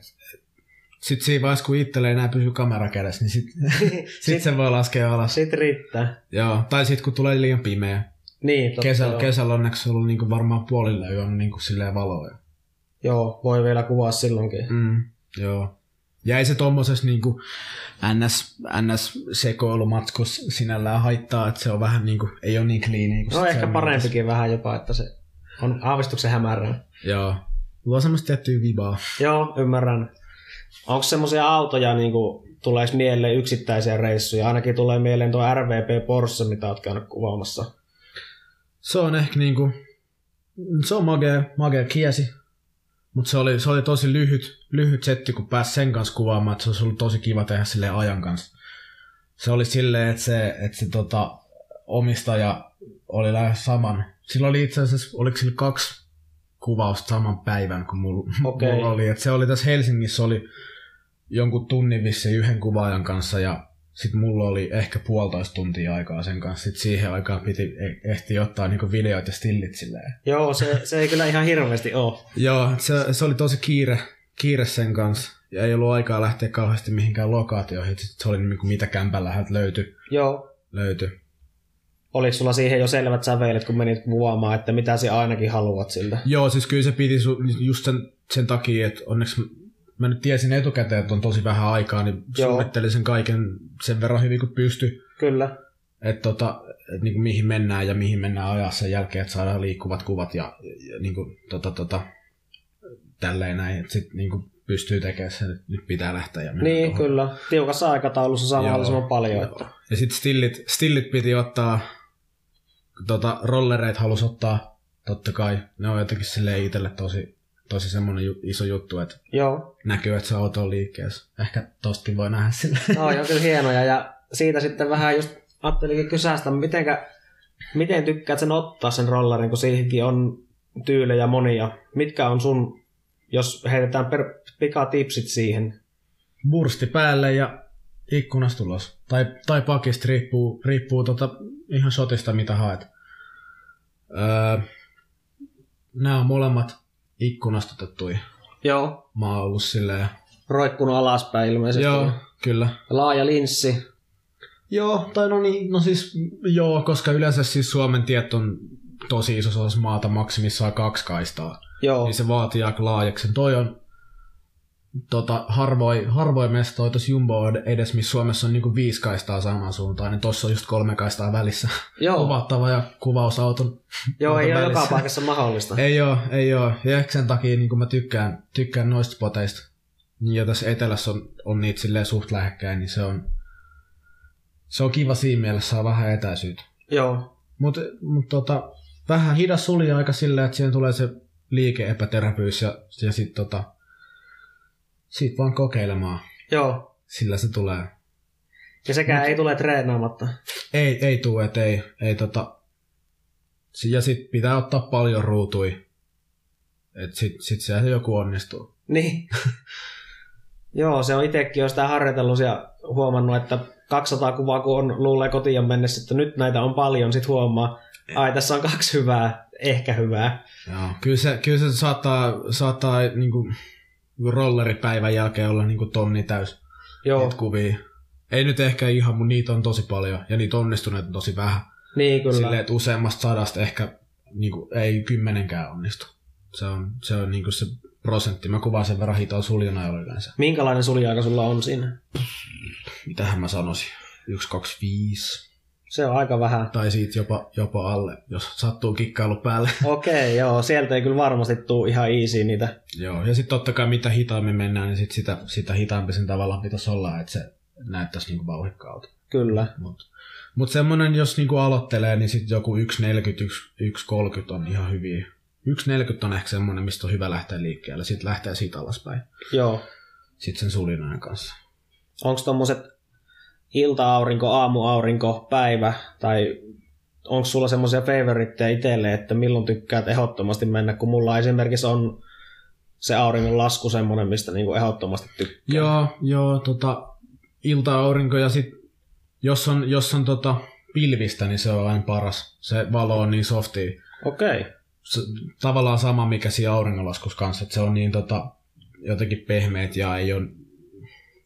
Speaker 2: sit siinä vaiheessa, kun itsellä ei enää pysy kamera kädessä, niin sit, sit
Speaker 3: Sitten
Speaker 2: sen voi laskea alas.
Speaker 3: sit riittää.
Speaker 2: Joo. Tai sit kun tulee liian pimeä.
Speaker 3: Niin, totta
Speaker 2: Kesällä,
Speaker 3: joo.
Speaker 2: kesällä onneksi ollut niinku varmaan puolilla yön niinku silleen valoja.
Speaker 3: Joo, voi vielä kuvaa silloinkin. No,
Speaker 2: Mm, joo. Ja ei se tommosessa niinku ns, ns sekoilumatkus sinällään haittaa, että se on vähän niinku, ei ole niin kliiniä. kuin
Speaker 3: No
Speaker 2: sit
Speaker 3: ehkä
Speaker 2: semmoinen.
Speaker 3: parempikin vähän jopa, että se on aavistuksen hämärää.
Speaker 2: Joo. Mulla on semmoista tiettyä vibaa.
Speaker 3: Joo, ymmärrän. Onko semmoisia autoja, niin kuin, tuleeko mieleen yksittäisiä reissuja? Ainakin tulee mieleen tuo RVP Porsche, mitä oot käynyt kuvaamassa.
Speaker 2: Se on ehkä niinku, se on magea, magea kiesi. Mutta se oli, se oli tosi lyhyt, lyhyt setti, kun pääsi sen kanssa kuvaamaan, että se olisi ollut tosi kiva tehdä sille ajan kanssa. Se oli silleen, että se, että se tota, omistaja oli lähes saman. Sillä oli itse asiassa, oliko sillä kaksi kuvausta saman päivän kuin mulla,
Speaker 3: Okei.
Speaker 2: okay. mulla oli. Et se oli tässä Helsingissä oli jonkun tunnin vissiin yhden kuvaajan kanssa ja sitten mulla oli ehkä puolitoista tuntia aikaa sen kanssa. Sitten siihen aikaan piti e- ehti ottaa niinku videoita ja stillit silleen.
Speaker 3: Joo, se, se ei kyllä ihan hirveästi ole.
Speaker 2: Joo, se, se oli tosi kiire, kiire sen kanssa. Ja ei ollut aikaa lähteä kauheasti mihinkään lokaatioihin. Et sit se oli niinku mitä kämpän läheltä löytyi.
Speaker 3: Joo.
Speaker 2: Löyty.
Speaker 3: Oliko sulla siihen jo selvät sävelet, kun menit kuvaamaan, että mitä sinä ainakin haluat siltä?
Speaker 2: Joo, siis kyllä se piti su, just sen, sen takia, että onneksi m- mä nyt tiesin etukäteen, että on tosi vähän aikaa, niin
Speaker 3: Joo.
Speaker 2: Joo. suunnittelin sen kaiken sen verran hyvin kuin pysty.
Speaker 3: Kyllä.
Speaker 2: Että tota, et niinku mihin mennään ja mihin mennään ajassa sen jälkeen, että saadaan liikkuvat kuvat ja, ja niinku, tota, tota, tälleen näin. Että sitten niinku pystyy tekemään sen, että nyt pitää lähteä ja mennä
Speaker 3: Niin,
Speaker 2: tohon.
Speaker 3: kyllä. Tiukassa aikataulussa saa
Speaker 2: Joo.
Speaker 3: mahdollisimman paljon. Että.
Speaker 2: Joo. Ja sitten stillit, stillit piti ottaa, tota, rollereit halus ottaa, totta kai. Ne on jotenkin sille itselle tosi, tosi semmoinen ju- iso juttu, että
Speaker 3: Joo.
Speaker 2: näkyy, että sä oot on liikkeessä. Ehkä tostakin voi nähdä sille.
Speaker 3: No, on kyllä hienoja. Ja siitä sitten vähän just ajattelinkin kysästä, mitenkä, miten tykkäät sen ottaa sen rollerin, kun siihenkin on tyylejä monia. Mitkä on sun, jos heitetään per, pikatipsit siihen?
Speaker 2: Bursti päälle ja ikkunasta ulos. Tai, tai pakista riippuu, riippuu tota, ihan shotista, mitä haet. Öö, nämä on molemmat ikkunasta otettuja.
Speaker 3: Joo.
Speaker 2: Mä oon ollut silleen.
Speaker 3: Roikkunut alaspäin ilmeisesti.
Speaker 2: Joo, kyllä.
Speaker 3: Laaja linssi.
Speaker 2: Joo, tai no niin, no siis joo, koska yleensä siis Suomen tiet on tosi isossa osassa maata maksimissaan kaksi kaistaa,
Speaker 3: Joo.
Speaker 2: niin se vaatii aika laajaksi. Toi on tota, harvoin, harvoin mestoja tuossa Jumbo on edes, missä Suomessa on niinku viisi kaistaa samaan suuntaan, niin tossa on just kolme kaistaa välissä.
Speaker 3: Joo.
Speaker 2: Kuvattava ja kuvausauton.
Speaker 3: Joo, ei
Speaker 2: auton
Speaker 3: ole
Speaker 2: välissä.
Speaker 3: joka paikassa mahdollista.
Speaker 2: Ei oo, ei oo. Ja ehkä sen takia niin mä tykkään, tykkään noista spoteista. Niin Ja tässä etelässä on, on niitä silleen suht lähekkäin, niin se on, se on kiva siinä mielessä, saa vähän etäisyyttä.
Speaker 3: Joo.
Speaker 2: Mutta mut tota, vähän hidas suli aika silleen, että siihen tulee se liike-epäterävyys ja, ja sit tota, sit vaan kokeilemaan.
Speaker 3: Joo.
Speaker 2: Sillä se tulee.
Speaker 3: Ja sekään ei tule treenaamatta.
Speaker 2: Ei, ei tuu, et ei, ei tota... Si- Ja sit pitää ottaa paljon ruutui. Et sit, sit sehän se joku onnistuu.
Speaker 3: Niin. Joo, se on itsekin jo sitä harjoitellut ja huomannut, että 200 kuvaa kun on luulee kotiin mennessä, että nyt näitä on paljon, sit huomaa, ai tässä on kaksi hyvää, ehkä hyvää.
Speaker 2: Joo. Kyllä se, kyllä se saattaa, saattaa niinku, rolleripäivän jälkeen olla niinku tonni täys
Speaker 3: Joo,
Speaker 2: niitä kuvia. Ei nyt ehkä ihan, mutta niitä on tosi paljon. Ja niitä onnistuneet on tosi vähän.
Speaker 3: niin kyllä.
Speaker 2: Silleen, että useammasta sadasta ehkä niinku, ei kymmenenkään onnistu. Se on, se on niinku se prosentti. Mä kuvaan sen verran hitaan suljana yleensä.
Speaker 3: Minkälainen suliaika sulla on siinä?
Speaker 2: Mitähän mä sanoisin? 1, 2, 5.
Speaker 3: Se on aika vähän.
Speaker 2: Tai siitä jopa, jopa alle, jos sattuu kikkailu päälle.
Speaker 3: Okei, joo, sieltä ei kyllä varmasti tuu ihan easy niitä.
Speaker 2: Joo, ja sitten totta kai mitä hitaammin mennään, niin sit sitä, sitä hitaampi sen tavallaan pitäisi olla, että se näyttäisi niinku vauhikkaalta.
Speaker 3: Kyllä.
Speaker 2: Mutta mut semmoinen, jos niinku aloittelee, niin sitten joku 1,40, 1,30 on ihan hyviä. 1,40 on ehkä semmoinen, mistä on hyvä lähteä liikkeelle. Sitten lähtee siitä alaspäin.
Speaker 3: Joo.
Speaker 2: Sitten sen sulinaan kanssa.
Speaker 3: Onko tommoset ilta-aurinko, aamu-aurinko, päivä tai onko sulla semmoisia favoritteja itselle, että milloin tykkäät ehdottomasti mennä, kun mulla esimerkiksi on se auringon lasku semmoinen, mistä niinku ehdottomasti tykkää.
Speaker 2: Joo, joo, tota, ilta-aurinko ja sit, jos on, jos on tota, pilvistä, niin se on aina paras. Se valo on niin softi.
Speaker 3: Okei, okay.
Speaker 2: Se, tavallaan sama, mikä siinä auringonlaskussa kanssa, että se on niin tota, jotenkin pehmeät ja ei ole,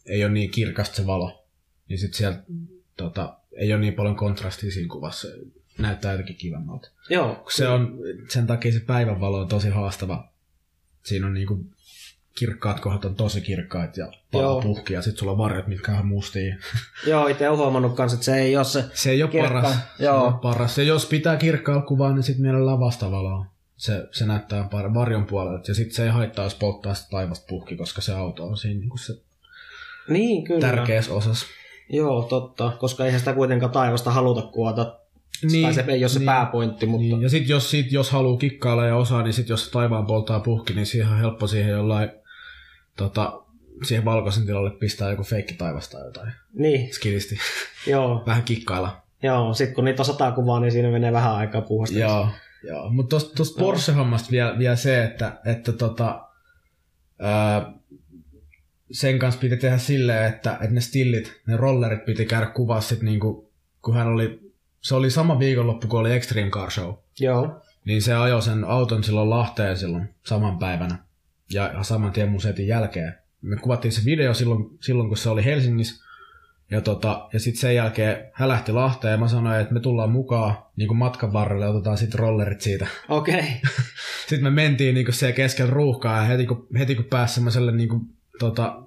Speaker 2: ei ole niin kirkasta se valo. Niin sit siellä tota, ei ole niin paljon kontrastia siinä kuvassa. Näyttää jotenkin kivemmalta.
Speaker 3: joo.
Speaker 2: Se on, sen takia se päivänvalo on tosi haastava. Siinä on niinku kirkkaat kohdat on tosi kirkkaat ja palo
Speaker 3: Joo.
Speaker 2: puhki ja sit sulla on varjot, mitkä on ihan mustia.
Speaker 3: Joo, itse olen huomannut kanssa, että se ei ole se.
Speaker 2: Se ei ole
Speaker 3: Kirkka-
Speaker 2: paras. Se ei
Speaker 3: joo.
Speaker 2: oo paras. Ja jos pitää kirkkaalla kuvaa, niin sit mielellään vastavaloa. Se, se näyttää par- varjon puolelta. Ja sit se ei haittaa, jos polttaa sitä laivasta puhki, koska se auto on siinä niinku se
Speaker 3: Niin, kyllä.
Speaker 2: tärkeässä osassa.
Speaker 3: Joo, totta, koska eihän sitä kuitenkaan taivasta haluta kuvata. Niin, tai se ei ole se pääpointti, mutta...
Speaker 2: Niin, ja sitten jos, sit, jos haluaa kikkailla ja osaa, niin sitten jos taivaan poltaa puhki, niin siihen on helppo siihen jollain tota, siihen valkoisen tilalle pistää joku feikki taivasta tai jotain.
Speaker 3: Niin,
Speaker 2: Skilisti.
Speaker 3: joo,
Speaker 2: Vähän kikkailla.
Speaker 3: joo. Sitten kun niitä on sata kuvaa, niin siinä menee vähän aikaa puhastella.
Speaker 2: Joo. Joo. Mutta tuosta tosta
Speaker 3: Joo.
Speaker 2: Porsche-hommasta vielä, vielä se, että, että tota, ää, sen kanssa piti tehdä silleen, että, että ne stillit, ne rollerit piti käydä kuvaa sit niinku, kun hän oli, se oli sama viikonloppu, kun oli Extreme Car Show.
Speaker 3: Joo,
Speaker 2: Niin se ajoi sen auton silloin Lahteen silloin saman päivänä ja saman tien mun setin jälkeen. Me kuvattiin se video silloin, silloin kun se oli Helsingissä. Ja, tota, ja sitten sen jälkeen hän lähti Lahteen ja mä sanoin, että me tullaan mukaan niin matkan varrelle ja otetaan sitten rollerit siitä.
Speaker 3: okei.
Speaker 2: Sitten me mentiin niin siellä keskellä ruuhkaa ja heti kun, heti kun pääsi semmoiselle niin kuin, tota,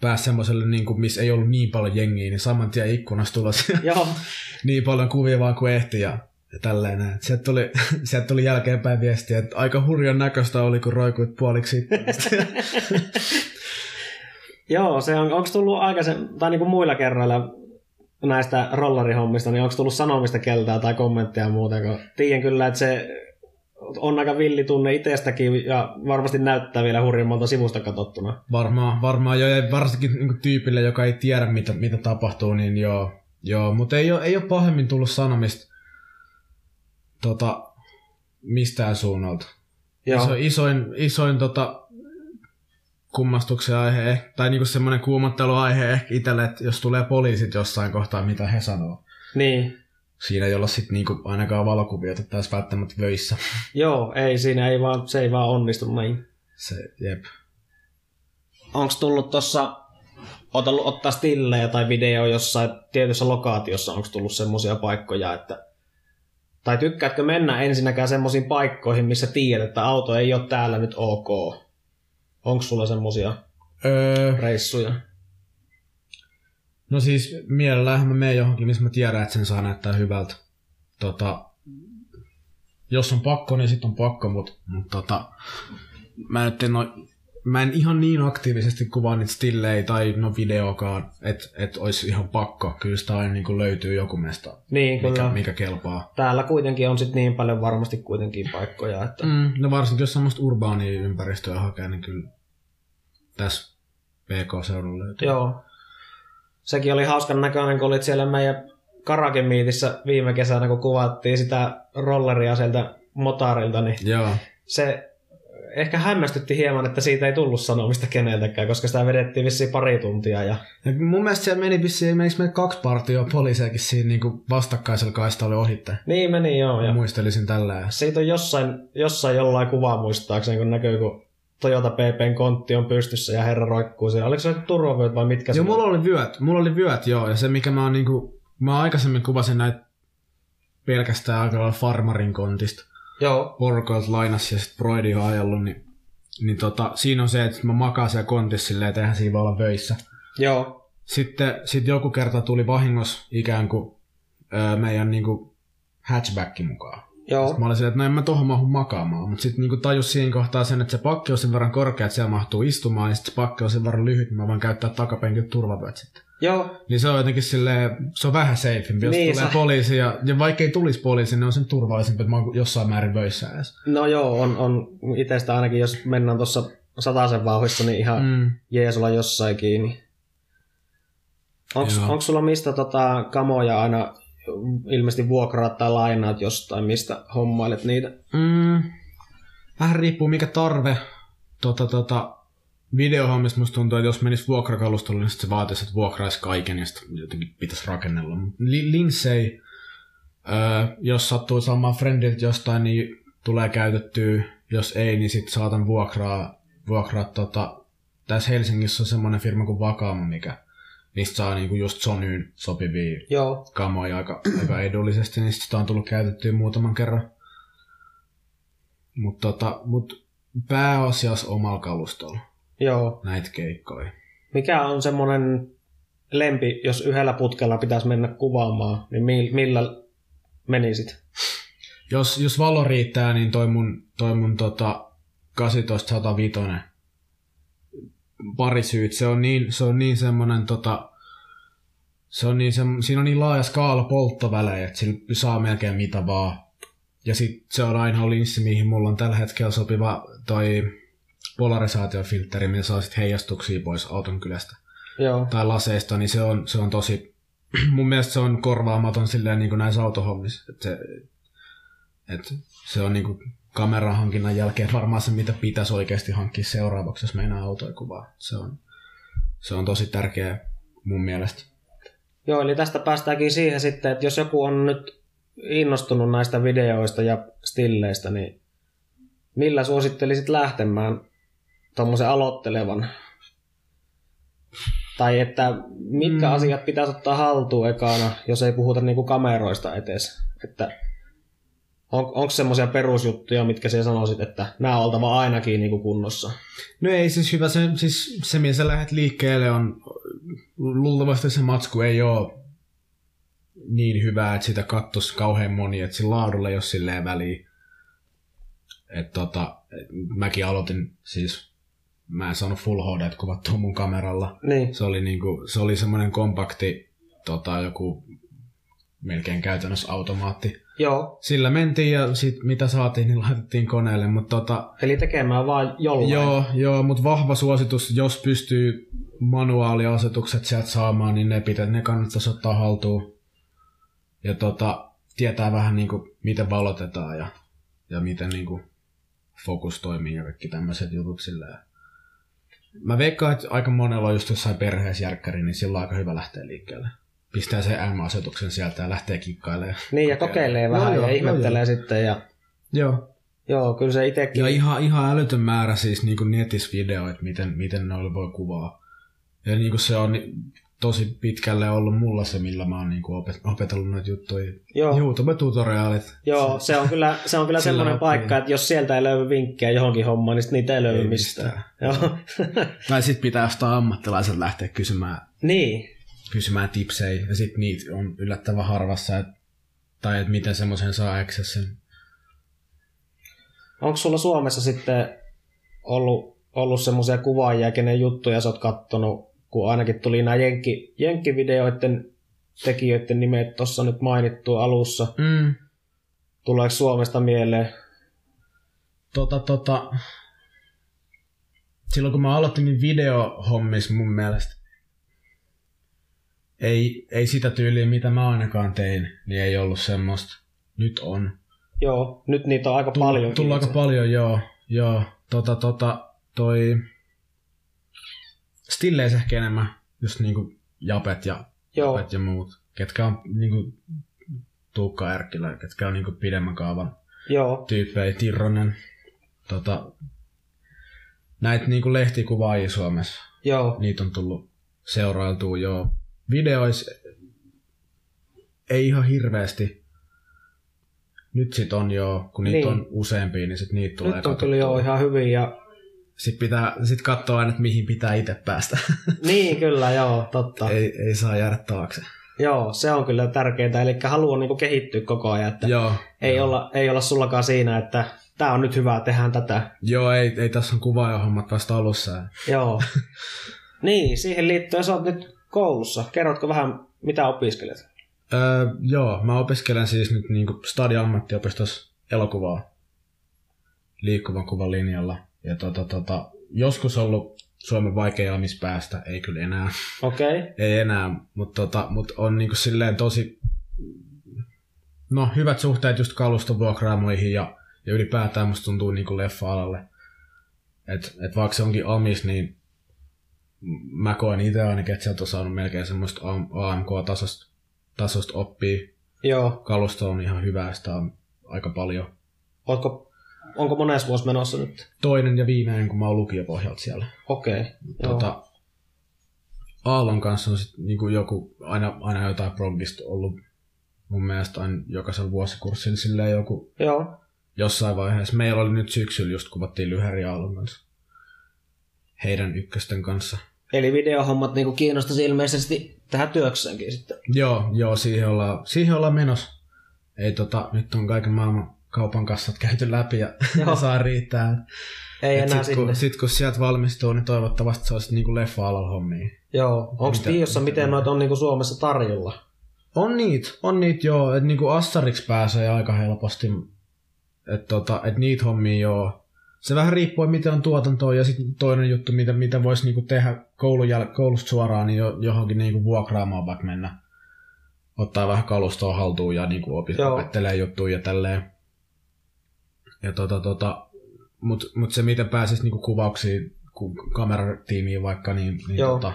Speaker 2: pääsi semmoiselle, niin kuin, missä ei ollut niin paljon jengiä, niin saman tien ikkunasta tulossa
Speaker 3: Joo,
Speaker 2: niin paljon kuvia vaan kuin ehti ja ja tälleen näin. Sieltä tuli, sieltä tuli jälkeenpäin viestiä, että aika hurjan näköistä oli, kun roikuit puoliksi ikkunasta.
Speaker 3: joo se on, onko tullut aikaisemmin, tai niinku muilla kerroilla näistä rollarihommista, niin onko tullut sanomista keltää tai kommentteja muuten, kun tiedän kyllä, että se on aika villi tunne itsestäkin ja varmasti näyttää vielä hurjimmalta sivusta katsottuna.
Speaker 2: varmaan, varmaan jo, ja varsinkin niinku tyypille, joka ei tiedä, mitä, mitä tapahtuu, niin joo. joo. Mutta ei ole, ei ole pahemmin tullut sanomista tota, mistään suunnalta.
Speaker 3: Joo,
Speaker 2: Iso, isoin, isoin tota, kummastuksen aihe, eh- tai niinku semmoinen kuumotteluaihe ehkä itselle, että jos tulee poliisit jossain kohtaa, mitä he sanoo.
Speaker 3: niin.
Speaker 2: siinä ei olla sit niinku ainakaan valokuvia tässä välttämättä vöissä.
Speaker 3: Joo, ei siinä, ei vaan, se ei vaan niin. onnistu näin.
Speaker 2: Se, jep.
Speaker 3: onko tullut tuossa, oot ollut ottaa stillejä tai video jossain tietyssä lokaatiossa, onko tullut semmoisia paikkoja, että tai tykkäätkö mennä ensinnäkään semmoisiin paikkoihin, missä tiedät, että auto ei ole täällä nyt ok? Onko sulla semmoisia
Speaker 2: Öö,
Speaker 3: reissuja?
Speaker 2: no siis mielellähän mä menen johonkin, missä mä tiedän, että sen saa näyttää hyvältä. Tota, jos on pakko, niin sitten on pakko, mutta mut tota, mä, nyt en oo, mä en ihan niin aktiivisesti kuvaa niitä stillejä tai no videokaan, että et olisi ihan pakko. Kyllä sitä aina niinku löytyy joku mesta,
Speaker 3: Niin,
Speaker 2: mikä,
Speaker 3: kyllä.
Speaker 2: mikä kelpaa.
Speaker 3: Täällä kuitenkin on sit niin paljon varmasti kuitenkin paikkoja, että
Speaker 2: Mm, no varsinkin jos semmoista urbaania ympäristöä hakee, niin kyllä tässä PK-seudulla löytyy.
Speaker 3: joo. sekin oli hauskan näköinen, kun olit siellä meidän karakemiitissä viime kesänä, kun kuvattiin sitä rolleria sieltä motarilta, niin
Speaker 2: Joo.
Speaker 3: se ehkä hämmästytti hieman, että siitä ei tullut sanomista keneltäkään, koska sitä vedettiin vissiin pari tuntia. Ja...
Speaker 2: Ja mun mielestä siellä meni vissiin, menikö meillä kaksi partioa poliisejakin siinä niin kuin vastakkaisella kaistalla ohittaa.
Speaker 3: Niin meni joo. Ja...
Speaker 2: Muistelisin tällä.
Speaker 3: Siitä on jossain, jossain jollain kuva muistaakseni, kun näkyy, kun Toyota PPn kontti on pystyssä ja herra roikkuu siellä. Oliko se nyt turvavyöt vai mitkä
Speaker 2: Joo,
Speaker 3: se
Speaker 2: mulla oli vyöt. Mulla oli vyöt, joo. Ja se, mikä mä oon niinku... Mä aikaisemmin kuvasin näitä pelkästään aika lailla farmarin kontista.
Speaker 3: Joo,
Speaker 2: Porukoilta lainas ja sit Broidi on ajellut, niin, niin tota, siinä on se, että mä makaan siellä kontissa silleen, että eihän siinä voi olla vöissä.
Speaker 3: joo,
Speaker 2: Sitten sit joku kerta tuli vahingossa ikään kuin öö, meidän niinku hatchbackin mukaan.
Speaker 3: joo.
Speaker 2: Sitten mä olin silleen, että no en mä tohon mahu makaamaan, mutta sitten niinku tajus siinä kohtaa sen, että se pakki on sen verran korkea, että siellä mahtuu istumaan, ja sitten se pakki on sen verran lyhyt, niin mä voin käyttää takapenkiltä turvavyöt sitten.
Speaker 3: Joo,
Speaker 2: Niin se on jotenkin silleen, se on vähän safeempi, jos
Speaker 3: Niin,
Speaker 2: niin, tulee
Speaker 3: se-
Speaker 2: poliisi, ja, ja vaikka ei tulisi poliisi, niin on sen turvallisempi, että mä oon jossain määrin vöissä edes.
Speaker 3: no joo, on, on itsestä ainakin, jos mennään tuossa sataisen vauhissa, niin ihan mm.
Speaker 2: Mm.
Speaker 3: Jeesulla jossain kiinni. Onks,
Speaker 2: Joo.
Speaker 3: onks sulla mistä tota, kamoja aina ilmeisesti vuokraat tai lainaat jostain, mistä hommailet niitä?
Speaker 2: Mm, vähän riippuu mikä tarve. Tota, tota, videohommista musta tuntuu, että jos menisi vuokrakalustolle, niin sit se vaatisi, että vuokraisi kaiken ja sitten jotenkin pitäisi rakennella. Mut li- Linssei, öö, jos sattuu saamaan friendiltä jostain, niin tulee käytettyä. Jos ei, niin sitten saatan vuokraa. vuokraa tota, tässä Helsingissä on semmoinen firma kuin Vakaamo, mikä niistä saa niinku just Sonyyn sopivia
Speaker 3: Joo,
Speaker 2: kamoja aika, aika edullisesti, niin sit sitä on tullut käytettyä muutaman kerran. Mutta tota, mut pääasiassa omalla kalustolla
Speaker 3: joo.
Speaker 2: näitä keikkoja.
Speaker 3: Mikä on semmoinen lempi, jos yhdellä putkella pitäisi mennä kuvaamaan, niin mi- millä menisit?
Speaker 2: Jos, jos valo riittää, niin toi mun, toi mun tota 1805 parisyyt, se on niin, se on niin semmonen tota, se on niin, se, siinä on niin laaja skaala polttovälejä, että sillä saa melkein mitä vaan. Ja sit se on aina linssi, mihin mulla on tällä hetkellä sopiva toi polarisaatiofiltteri, millä saa sit heijastuksia pois auton kylästä
Speaker 3: Joo,
Speaker 2: tai laseista, niin se on, se on tosi, mun mielestä se on korvaamaton silleen niin kuin näissä autohommissa. Että se, et se on niin kuin kameran hankinnan jälkeen varmaan se, mitä pitäisi oikeasti hankkia seuraavaksi, jos meinaa autoja kuvaa. Se on, se on tosi tärkeä mun mielestä.
Speaker 3: joo eli tästä päästäänkin siihen sitten, että jos joku on nyt innostunut näistä videoista ja stilleistä, niin millä suosittelisit lähtemään tuommoisen aloittelevan? Tai että mitkä
Speaker 2: Mm.
Speaker 3: mm. asiat pitäisi ottaa haltuun ekana, jos ei puhuta niinku kameroista etes? Että on, onko semmoisia perusjuttuja, mitkä sinä sanoisit, että nämä on oltava ainakin niinku kunnossa?
Speaker 2: No ei siis hyvä, se, siis se mihin sä lähdet liikkeelle on, luultavasti se matsku ei ole niin hyvää, että sitä kattos kauhean moni, että sillä laadulla ei ole silleen väliä. Et tota, et mäkin aloitin siis, mä en saanut full hd kuvattua mun kameralla.
Speaker 3: Niin,
Speaker 2: Se oli, niinku, se oli semmoinen kompakti, tota, joku melkein käytännössä automaatti.
Speaker 3: joo.
Speaker 2: Sillä mentiin ja sit mitä saatiin, niin laitettiin koneelle, mutta tota,
Speaker 3: Eli tekemään vaan jollain.
Speaker 2: Joo, joo mutta vahva suositus, jos pystyy manuaaliasetukset sieltä saamaan, niin ne, pitä, ne kannattaisi ottaa haltuun. Ja tota, tietää vähän niin kuin, miten valotetaan ja, ja miten niin kuin, fokus toimii ja kaikki tämmöiset jutut sillä Mä veikkaan, että aika monella on just jossain perheessä järkkäri, niin sillä on aika hyvä lähteä liikkeelle. Pistää se M-asetuksen sieltä ja lähtee kikkailemaan.
Speaker 3: Niin, ja
Speaker 2: Kokeilee.
Speaker 3: kokeilee
Speaker 2: Joo,
Speaker 3: vähän
Speaker 2: No joo,
Speaker 3: ja
Speaker 2: joo,
Speaker 3: ihmettelee sitten. Ja,
Speaker 2: Joo.
Speaker 3: joo, kyllä se itsekin.
Speaker 2: Ja ihan, ihan älytön määrä siis niin netisvideoita, miten, miten noilla voi kuvaa. Ja niin kuin se on niin tosi pitkälle ollut mulla se, millä mä oon niin kuin opet- opetellut noita juttuja.
Speaker 3: joo,
Speaker 2: YouTube-tutoriaalit.
Speaker 3: joo se on kyllä, se on kyllä
Speaker 2: Sillä
Speaker 3: semmoinen
Speaker 2: oppii.
Speaker 3: paikka, että jos sieltä ei löydy vinkkejä johonkin hommaan, niin sit niitä ei löydy
Speaker 2: Ei
Speaker 3: mistään. Joo.
Speaker 2: Tai sitten pitää jostain ammattilaiset lähteä kysymään,
Speaker 3: niin,
Speaker 2: kysymään tipsejä. Ja sitten niitä on yllättävän harvassa. Et, tai että miten semmoisen saa accessin.
Speaker 3: onko sulla Suomessa sitten ollut, ollut semmoisia kuvaajia, kenen juttuja sä oot kattonut, kun ainakin tuli nämä jenkki, jenkkivideoiden tekijöiden nimet tuossa nyt mainittu alussa.
Speaker 2: Mm.
Speaker 3: Tuleeko Suomesta mieleen?
Speaker 2: Tota, tota, silloin kun mä aloitin, niin videohommis mun mielestä ei, ei sitä tyyliä, mitä mä ainakaan tein, niin ei ollut semmoista. Nyt on.
Speaker 3: Joo, nyt niitä on aika
Speaker 2: Tull-
Speaker 3: paljon.
Speaker 2: Tullut aika paljon, joo. joo. Tota, tota, toi... Stilleissä ehkä enemmän, just niinku Japet ja,
Speaker 3: Joo.
Speaker 2: Japet ja muut, ketkä on niinku Tuukka Erkkilä, ketkä on niinku pidemmän kaavan
Speaker 3: Joo,
Speaker 2: tyyppejä, Tirronen, tota, näitä niinku lehtikuvaajia Suomessa,
Speaker 3: joo.
Speaker 2: niitä on tullut seurailtua jo videois ei ihan hirveästi. Nyt sit on jo, kun niitä
Speaker 3: Niin.
Speaker 2: niin. on useampia, niin sit niitä tulee
Speaker 3: Nyt on kyllä jo ihan hyvin ja
Speaker 2: Sit pitää sit katsoa aina, että mihin pitää itse päästä.
Speaker 3: niin kyllä joo, totta.
Speaker 2: ei, ei saa jäädä taakse.
Speaker 3: Joo, se on kyllä tärkeää. Eli haluan niin kehittyä koko ajan, että
Speaker 2: Joo.
Speaker 3: ei olla, ei olla sullakaan siinä, että tämä on nyt hyvä, tehdään tätä.
Speaker 2: Joo, ei, ei tässä on kuvaajahommat vasta alussa.
Speaker 3: Joo. niin, siihen liittyen sä oot nyt koulussa. Kerrotko vähän, mitä opiskelet?
Speaker 2: Öö, joo, mä opiskelen siis nyt niinku stadiammattiopistossa elokuvaa liikkuvan kuvan linjalla. Ja tota, tota, joskus ollut Suomen vaikea päästä, ei kyllä enää.
Speaker 3: Okei, okay.
Speaker 2: Ei enää, mutta tota, mut on niinku silleen tosi no, hyvät suhteet just kalustovuokraamoihin ja, ja ylipäätään musta tuntuu niinku leffa-alalle. Et, et vaikka se onkin amis, niin m- mä koen itse ainakin, että sieltä on saanut melkein semmoista AMK-tasosta tasosta oppia.
Speaker 3: joo.
Speaker 2: Kalusto on ihan hyvää, sitä on aika paljon.
Speaker 3: Ootko, onko mones vuosi menossa nyt?
Speaker 2: Toinen ja viimeinen, kun mä oon lukiopohjalta siellä.
Speaker 3: Okei, okay. joo. Tota.
Speaker 2: Tota, Aallon kanssa on sit niinku joku, aina, aina jotain progista ollut mun mielestä aina jokaisella vuosikurssilla silleen joku
Speaker 3: joo.
Speaker 2: jossain vaiheessa. Meillä oli nyt syksyllä just kuvattiin Lyhäri Aallon kanssa. Heidän ykkösten kanssa.
Speaker 3: Eli videohommat niin kiinnostaisi ilmeisesti tähän työkseenkin sitten.
Speaker 2: Joo, joo, siihen ollaan, siihen ollaan menossa. Ei tota, nyt on kaiken maailman kaupan kassat käyty läpi ja
Speaker 3: Joo.
Speaker 2: saa riittää.
Speaker 3: Ei
Speaker 2: Et
Speaker 3: enää
Speaker 2: sit,
Speaker 3: sinne.
Speaker 2: kun, sit kun sieltä valmistuu, niin toivottavasti se olisi niinku leffa-alalla hommia.
Speaker 3: Joo. Onko
Speaker 2: Mitä-
Speaker 3: tiedossa,
Speaker 2: mitä-
Speaker 3: miten noita on niin Suomessa tarjolla?
Speaker 2: On niitä, on niitä joo, että niinku Assariksi pääsee aika helposti, että tota, et niitä hommia joo. Se vähän riippuu, että miten on tuotantoa ja sitten toinen juttu, mitä, mitä voisi niinku tehdä koulun jäl- koulusta suoraan, niin jo, johonkin niinku vuokraamaan vaikka mennä. Ottaa vähän kalustoa haltuun ja niinku opi-
Speaker 3: Joo.
Speaker 2: opettelee juttuja ja tälleen. Ja tota, tota, mut, mut se miten pääsis niinku kuvauksiin, ku, kameratiimiin vaikka, niin, niin
Speaker 3: Joo.
Speaker 2: tota,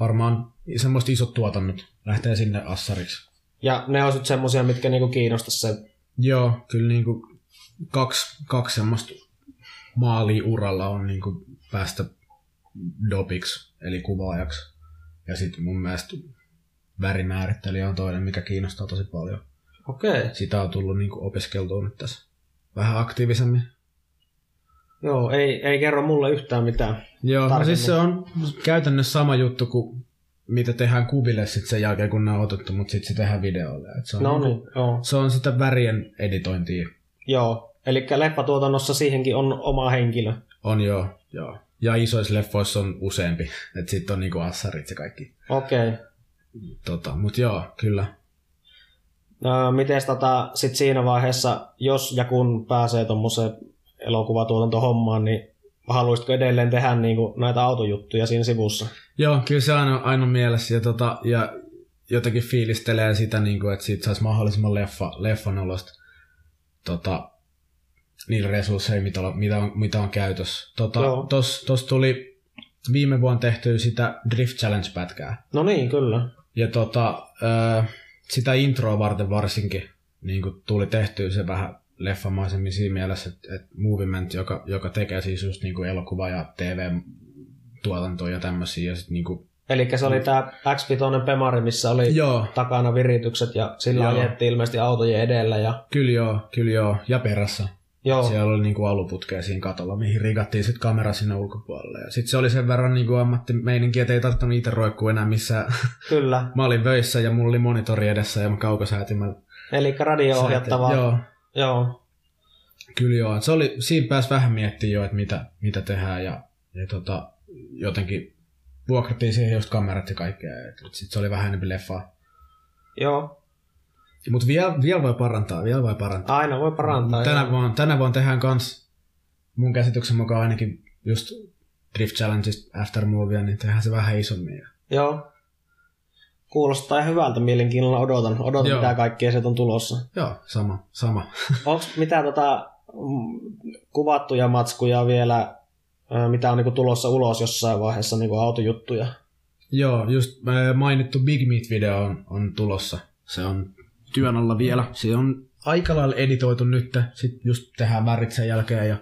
Speaker 2: varmaan semmoista isot tuotannot lähtee sinne assariksi.
Speaker 3: Ja ne on nyt semmosia, mitkä niinku kiinnostaisi sen.
Speaker 2: Joo, kyllä niinku kaksi, kaksi semmoista maalia uralla on niinku päästä dopiksi, eli kuvaajaksi. Ja sitten mun mielestä värimäärittelijä on toinen, mikä kiinnostaa tosi paljon.
Speaker 3: Okei, okay.
Speaker 2: Sitä on tullut niinku opiskeltua nyt tässä vähän aktiivisemmin.
Speaker 3: joo, ei, ei kerro mulle yhtään mitään.
Speaker 2: Joo, no
Speaker 3: tarkemmin.
Speaker 2: siis se on käytännössä sama juttu kuin mitä tehdään kuville sit sen jälkeen, kun ne on otettu, mutta sitten se tehdään videolle. Et se, on
Speaker 3: No
Speaker 2: niinku-
Speaker 3: niin, joo.
Speaker 2: se on sitä värien editointia.
Speaker 3: Joo, eli leffatuotannossa siihenkin on oma henkilö.
Speaker 2: On joo, joo. Ja isoissa leffoissa on useampi. Että sitten on niinku assarit ja kaikki.
Speaker 3: Okei. Okay.
Speaker 2: Tota, mut joo, kyllä.
Speaker 3: No, miten tota, sit siinä vaiheessa, jos ja kun pääsee tuommoiseen elokuvatuotantohommaan, niin haluaisitko edelleen tehdä niinku näitä autojuttuja siinä sivussa?
Speaker 2: Joo, kyllä se aina, aina on mielessä. Ja, tota, ja jotenkin fiilistelee sitä, niinku, että siitä saisi mahdollisimman leffa, leffan olosta. Tota, niillä resursseilla, mitä, olla- mitä, on, mitä on käytössä. Tota,
Speaker 3: Joo.
Speaker 2: tos, tos tuli viime vuonna tehtyä sitä Drift Challenge-pätkää.
Speaker 3: No niin, kyllä.
Speaker 2: Ja tota, ö, sitä introa varten varsinkin niin kuin tuli tehtyä se vähän leffamaisemmin siinä mielessä, että, että Movement, joka, joka tekee siis just niin kuin elokuva- ja TV-tuotantoa ja tämmöisiä. Ja sit niin kuin,
Speaker 3: Eli se oli tämä X5 Pemari, missä oli
Speaker 2: joo,
Speaker 3: takana viritykset ja sillä
Speaker 2: Joo.
Speaker 3: ajettiin ilmeisesti autojen edellä. Ja...
Speaker 2: kyllä joo, kyllä joo, ja perässä.
Speaker 3: Joo,
Speaker 2: Siellä oli niin kuin aluputkea siinä katolla, mihin rikattiin sitten kamera sinne ulkopuolelle. Ja sitten se oli sen verran niin kuin ammattimeininki, että ei tarttunut itse roikkuu enää missään.
Speaker 3: kyllä.
Speaker 2: mä olin vöissä ja mulla oli monitori edessä ja mä kaukosäätimellä.
Speaker 3: Eli radio-ohjattavaa.
Speaker 2: Joo,
Speaker 3: Joo.
Speaker 2: Kyllä joo, et se oli, siinä pääsi vähän miettimään jo, että mitä, mitä tehdään ja, ja tota, jotenkin vuokrattiin siihen just kamerat ja kaikkea, että sit se oli vähän enemmän leffaa.
Speaker 3: Joo,
Speaker 2: Mutta vielä viel voi parantaa, vielä voi parantaa.
Speaker 3: aina voi parantaa.
Speaker 2: tänä, vuonna, tänä vuonna tehdään kans, mun käsityksen mukaan ainakin just Drift Challengeista Aftermovia, niin tehdään se vähän isommin ja
Speaker 3: Joo, Kuulostaa ihan hyvältä, mielenkiinnolla odotan, odotan
Speaker 2: Joo.
Speaker 3: mitä kaikkea sieltä on tulossa.
Speaker 2: Joo, sama, sama.
Speaker 3: Onko mitään tota, mm, kuvattuja matskuja vielä, ö, mitä on niinku tulossa ulos jossain vaiheessa, niinku autojuttuja?
Speaker 2: Joo, just äh, mainittu Big Meat-video on, on tulossa. Se on työn alla vielä. Se on aika lailla editoitu nyt. Sitten just tehdään värit sen jälkeen ja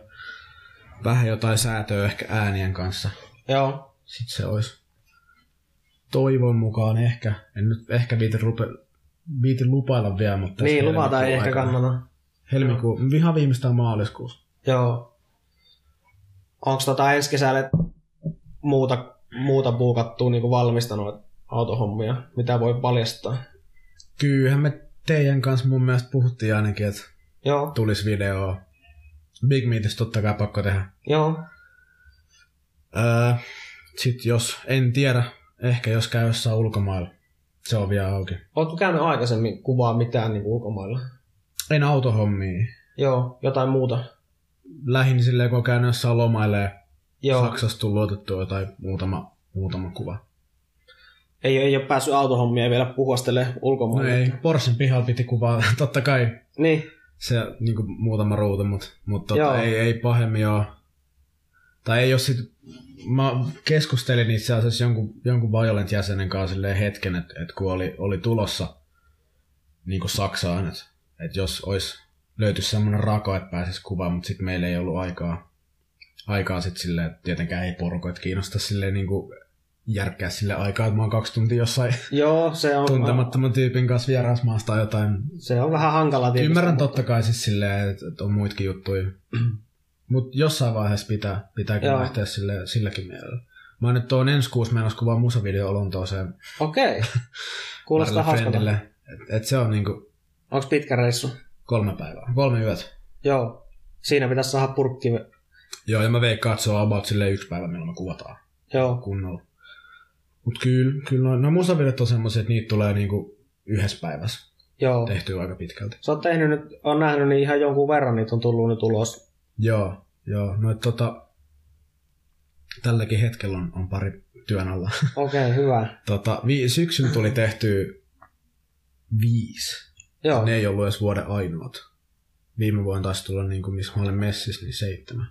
Speaker 2: vähän jotain säätöä ehkä äänien kanssa.
Speaker 3: Joo.
Speaker 2: Sitten se olisi toivon mukaan ehkä. En nyt ehkä viitin, rupe, viitin lupailla vielä, mutta...
Speaker 3: Tästä
Speaker 2: tässä
Speaker 3: niin, luvataan ei
Speaker 2: helmikuun
Speaker 3: ehkä
Speaker 2: aikana.
Speaker 3: kannata.
Speaker 2: Helmikuu, ihan viimeistään maaliskuussa.
Speaker 3: Joo. Onko tota ensi kesälle muuta, muuta buukattua niinku valmista noita autohommia, mitä voi paljastaa?
Speaker 2: Kyllähän me teidän kanssa mun mielestä puhuttiin ainakin, että
Speaker 3: Joo,
Speaker 2: tulisi videoa. Big Meatistä totta kai pakko tehdä.
Speaker 3: joo,
Speaker 2: Öö, Sitten jos, en tiedä, ehkä jos käy jossain ulkomailla, se on vielä auki.
Speaker 3: Oletko käynyt aikaisemmin kuvaa mitään niin ulkomailla?
Speaker 2: En autohommia.
Speaker 3: Joo, jotain muuta.
Speaker 2: Lähin silleen, kun on käynyt jossain lomailla ja
Speaker 3: Joo,
Speaker 2: Saksasta tullut otettua tai muutama, muutama kuva.
Speaker 3: ei, ei ole päässyt autohommia vielä puhastelemaan
Speaker 2: No
Speaker 3: ulkomaille.
Speaker 2: ei, Porschen pihalla piti kuvaa, totta kai
Speaker 3: Niin,
Speaker 2: se niin muutama ruutu, mutta mut
Speaker 3: Joo.
Speaker 2: tota, ei, ei pahemmin ole. Tai ei jos sit, mä keskustelin itse asiassa jonkun, jonkun Violent-jäsenen kanssa silleen hetken, että et kun oli, oli tulossa niin kuin Saksaan, että et jos olisi löytyisi semmoinen rako, että pääsisi kuvaan, mutta sitten meillä ei ollut aikaa, aikaa sit silleen, että tietenkään ei porukoit kiinnosta silleen niin kuin järkkää sille aikaa, että mä oon kaksi tuntia jossain
Speaker 3: joo, se on,
Speaker 2: tuntemattoman tyypin kanssa vierasmaasta jotain
Speaker 3: se on vähän hankala tietysti.
Speaker 2: Ymmärrän totta kai siis silleen, että että on muitakin juttuja. Mutta jossain vaiheessa pitää, pitääkin
Speaker 3: Joo.
Speaker 2: Joo. lähteä sille, silläkin mielellä. Mä nyt oon ensi kuussa menossa kuvaa musavideo Lontooseen.
Speaker 3: Okei, kuulostaa
Speaker 2: parille
Speaker 3: hauskalta.
Speaker 2: friendille. Et, et se on niinku
Speaker 3: Onko pitkä reissu?
Speaker 2: kolme päivää, kolme yötä.
Speaker 3: Joo, siinä pitäisi saada purkki.
Speaker 2: Joo, ja mä veikkaan, että se on about sille yksi päivä, milloin me kuvataan
Speaker 3: Joo,
Speaker 2: kunnolla. Mut kyllä, kyllä no, no musavideot on semmosia, että niitä tulee niinku yhdessä päivässä
Speaker 3: joo.
Speaker 2: tehtyä aika pitkälti.
Speaker 3: Sä oot tehnyt nyt, on nähnyt niin ihan jonkun verran, niitä on tullut nyt ulos.
Speaker 2: Joo, joo. No et tota, tälläkin hetkellä on, on pari työn alla.
Speaker 3: Okei, hyvä.
Speaker 2: Tota, vi- syksyn tuli tehty viisi.
Speaker 3: Joo,
Speaker 2: Ne ei ollut edes vuoden ainoat. Viime vuonna taisi tulla, niin kuin, missä mä olen messissä, niin seitsemän.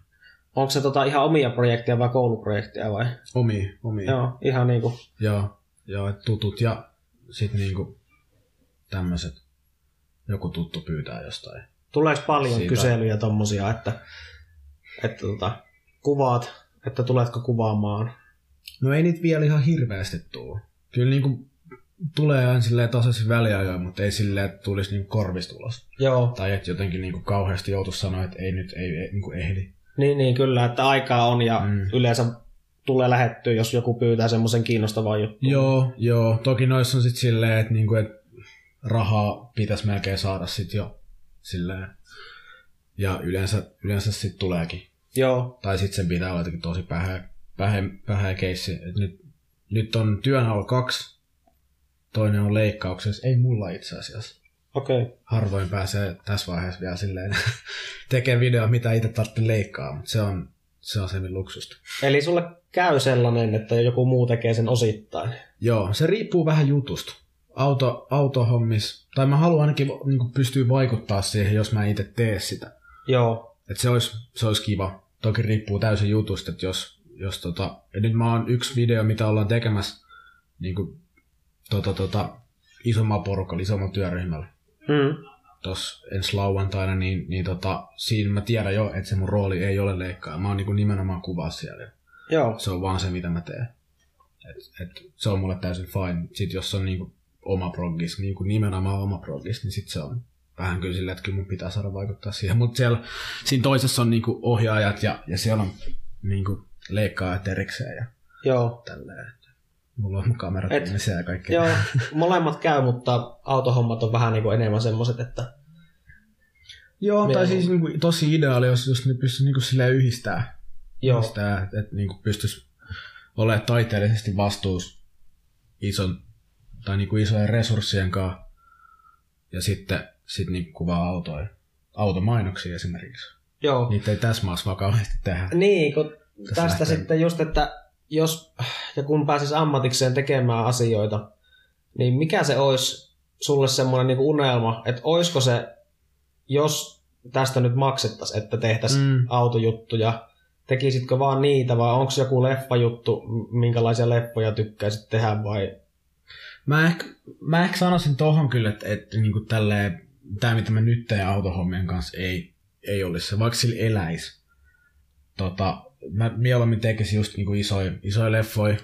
Speaker 3: onko se tota ihan omia projekteja vai kouluprojekteja vai?
Speaker 2: Omi, omi.
Speaker 3: Joo, ihan niinku,
Speaker 2: Ja, ja et tutut ja sitten niin kuin tämmöiset. Joku tuttu pyytää jostain.
Speaker 3: tuleeko paljon
Speaker 2: Siitä.
Speaker 3: kyselyjä tommosia, että, että tota, kuvaat, että tuletko kuvaamaan?
Speaker 2: No ei niitä vielä ihan hirveästi tuu. Kyllä niin kuin, tulee aina silleen tasaisin väliajoin, mutta ei silleen, että tulisi niin korvista ulos.
Speaker 3: Joo,
Speaker 2: Tai että jotenkin niin kuin kauheasti joutuisi sanoa, että ei nyt ei, ei niin kuin ehdi.
Speaker 3: niin, niin kyllä, että aikaa on ja mm.
Speaker 2: Mm.
Speaker 3: yleensä tulee lähettyä, jos joku pyytää semmoisen kiinnostavan jutun.
Speaker 2: Joo, joo. Toki noissa on sitten silleen, että niinku, et rahaa pitäisi melkein saada sitten jo silleen. Ja yleensä, yleensä sitten tuleekin.
Speaker 3: Joo,
Speaker 2: Tai sitten sen pitää olla jotenkin tosi pähä, pähä, pähä keissi. Et nyt, nyt on työn alla kaksi, toinen on leikkauksessa. Ei mulla itse asiassa.
Speaker 3: okei.
Speaker 2: Harvoin pääsee tässä vaiheessa vielä silleen tekee video, mitä itse tarvitsee leikkaa, mutta se on, se on semmin luksusta.
Speaker 3: Eli sulle käy sellainen, että joku muu tekee sen osittain.
Speaker 2: Joo, se riippuu vähän jutusta. Auto, autohommis, tai mä haluan ainakin niin pystyä vaikuttaa siihen, jos mä itse tee sitä.
Speaker 3: Joo,
Speaker 2: Et se olisi se olis kiva. Toki riippuu täysin jutusta, että jos, jos tota, ja nyt mä oon yksi video, mitä ollaan tekemässä niin kuin, tota, tota, isommalla porukalla, isommalla työryhmällä
Speaker 3: mm.
Speaker 2: tuossa ensi lauantaina, niin, niin tota, siinä mä tiedän jo, että se mun rooli ei ole leikkaa. Mä oon niin nimenomaan kuvaa siellä.
Speaker 3: joo,
Speaker 2: Se on vaan se, mitä mä teen. Et, et, se on mulle täysin fine. Sitten jos on niinku oma progis, niinku nimenomaan oma progis, niin sit se on vähän kyllä sillä, että kyllä mun pitää saada vaikuttaa siihen. Mutta siellä, siinä toisessa on niinku ohjaajat ja, ja siellä on niinku leikkaajat erikseen ja
Speaker 3: joo.
Speaker 2: tälleen. Mulla on kamerat
Speaker 3: Et-
Speaker 2: ihmisiä ja kaikkea.
Speaker 3: Joo, molemmat käy, mutta autohommat on vähän niin kuin enemmän semmoiset, että
Speaker 2: Joo tai
Speaker 3: Mieluummin.
Speaker 2: siis niinku, tosi ideaali, jos, jos ne pystyisi niinku silleen yhdistämään.
Speaker 3: joo,
Speaker 2: Sitä, että et, niinku pystyisi olemaan taiteellisesti vastuus ison, tai niinku isojen resurssien kanssa ja sitten sit niinku kuvaa autoja. Automainoksia esimerkiksi.
Speaker 3: joo. Niin,
Speaker 2: Niitä ei tässä maassa vaan kauheasti tehdä.
Speaker 3: niin kun
Speaker 2: Tässä
Speaker 3: tästä
Speaker 2: lähtee-
Speaker 3: sitten just, että jos ja kun pääsis ammatikseen tekemään asioita, niin mikä se olisi sulle semmoinen niinku unelma, että oisko se, jos tästä nyt maksettaisiin, että tehtäisiin
Speaker 2: Mm.
Speaker 3: mm. autojuttuja, tekisitkö vaan niitä vai onko joku leffajuttu, m- minkälaisia leffoja tykkäisit tehdä vai...
Speaker 2: Mä ehkä, mä ehkä sanoisin tohon kyllä, että, että niinku tälleen, tämä mitä mä nyt teen autohommien kanssa ei, ei olisi se, vaikka sillä eläisi. Tota, mä mieluummin tekisin just niinku isoja isoi leffoja,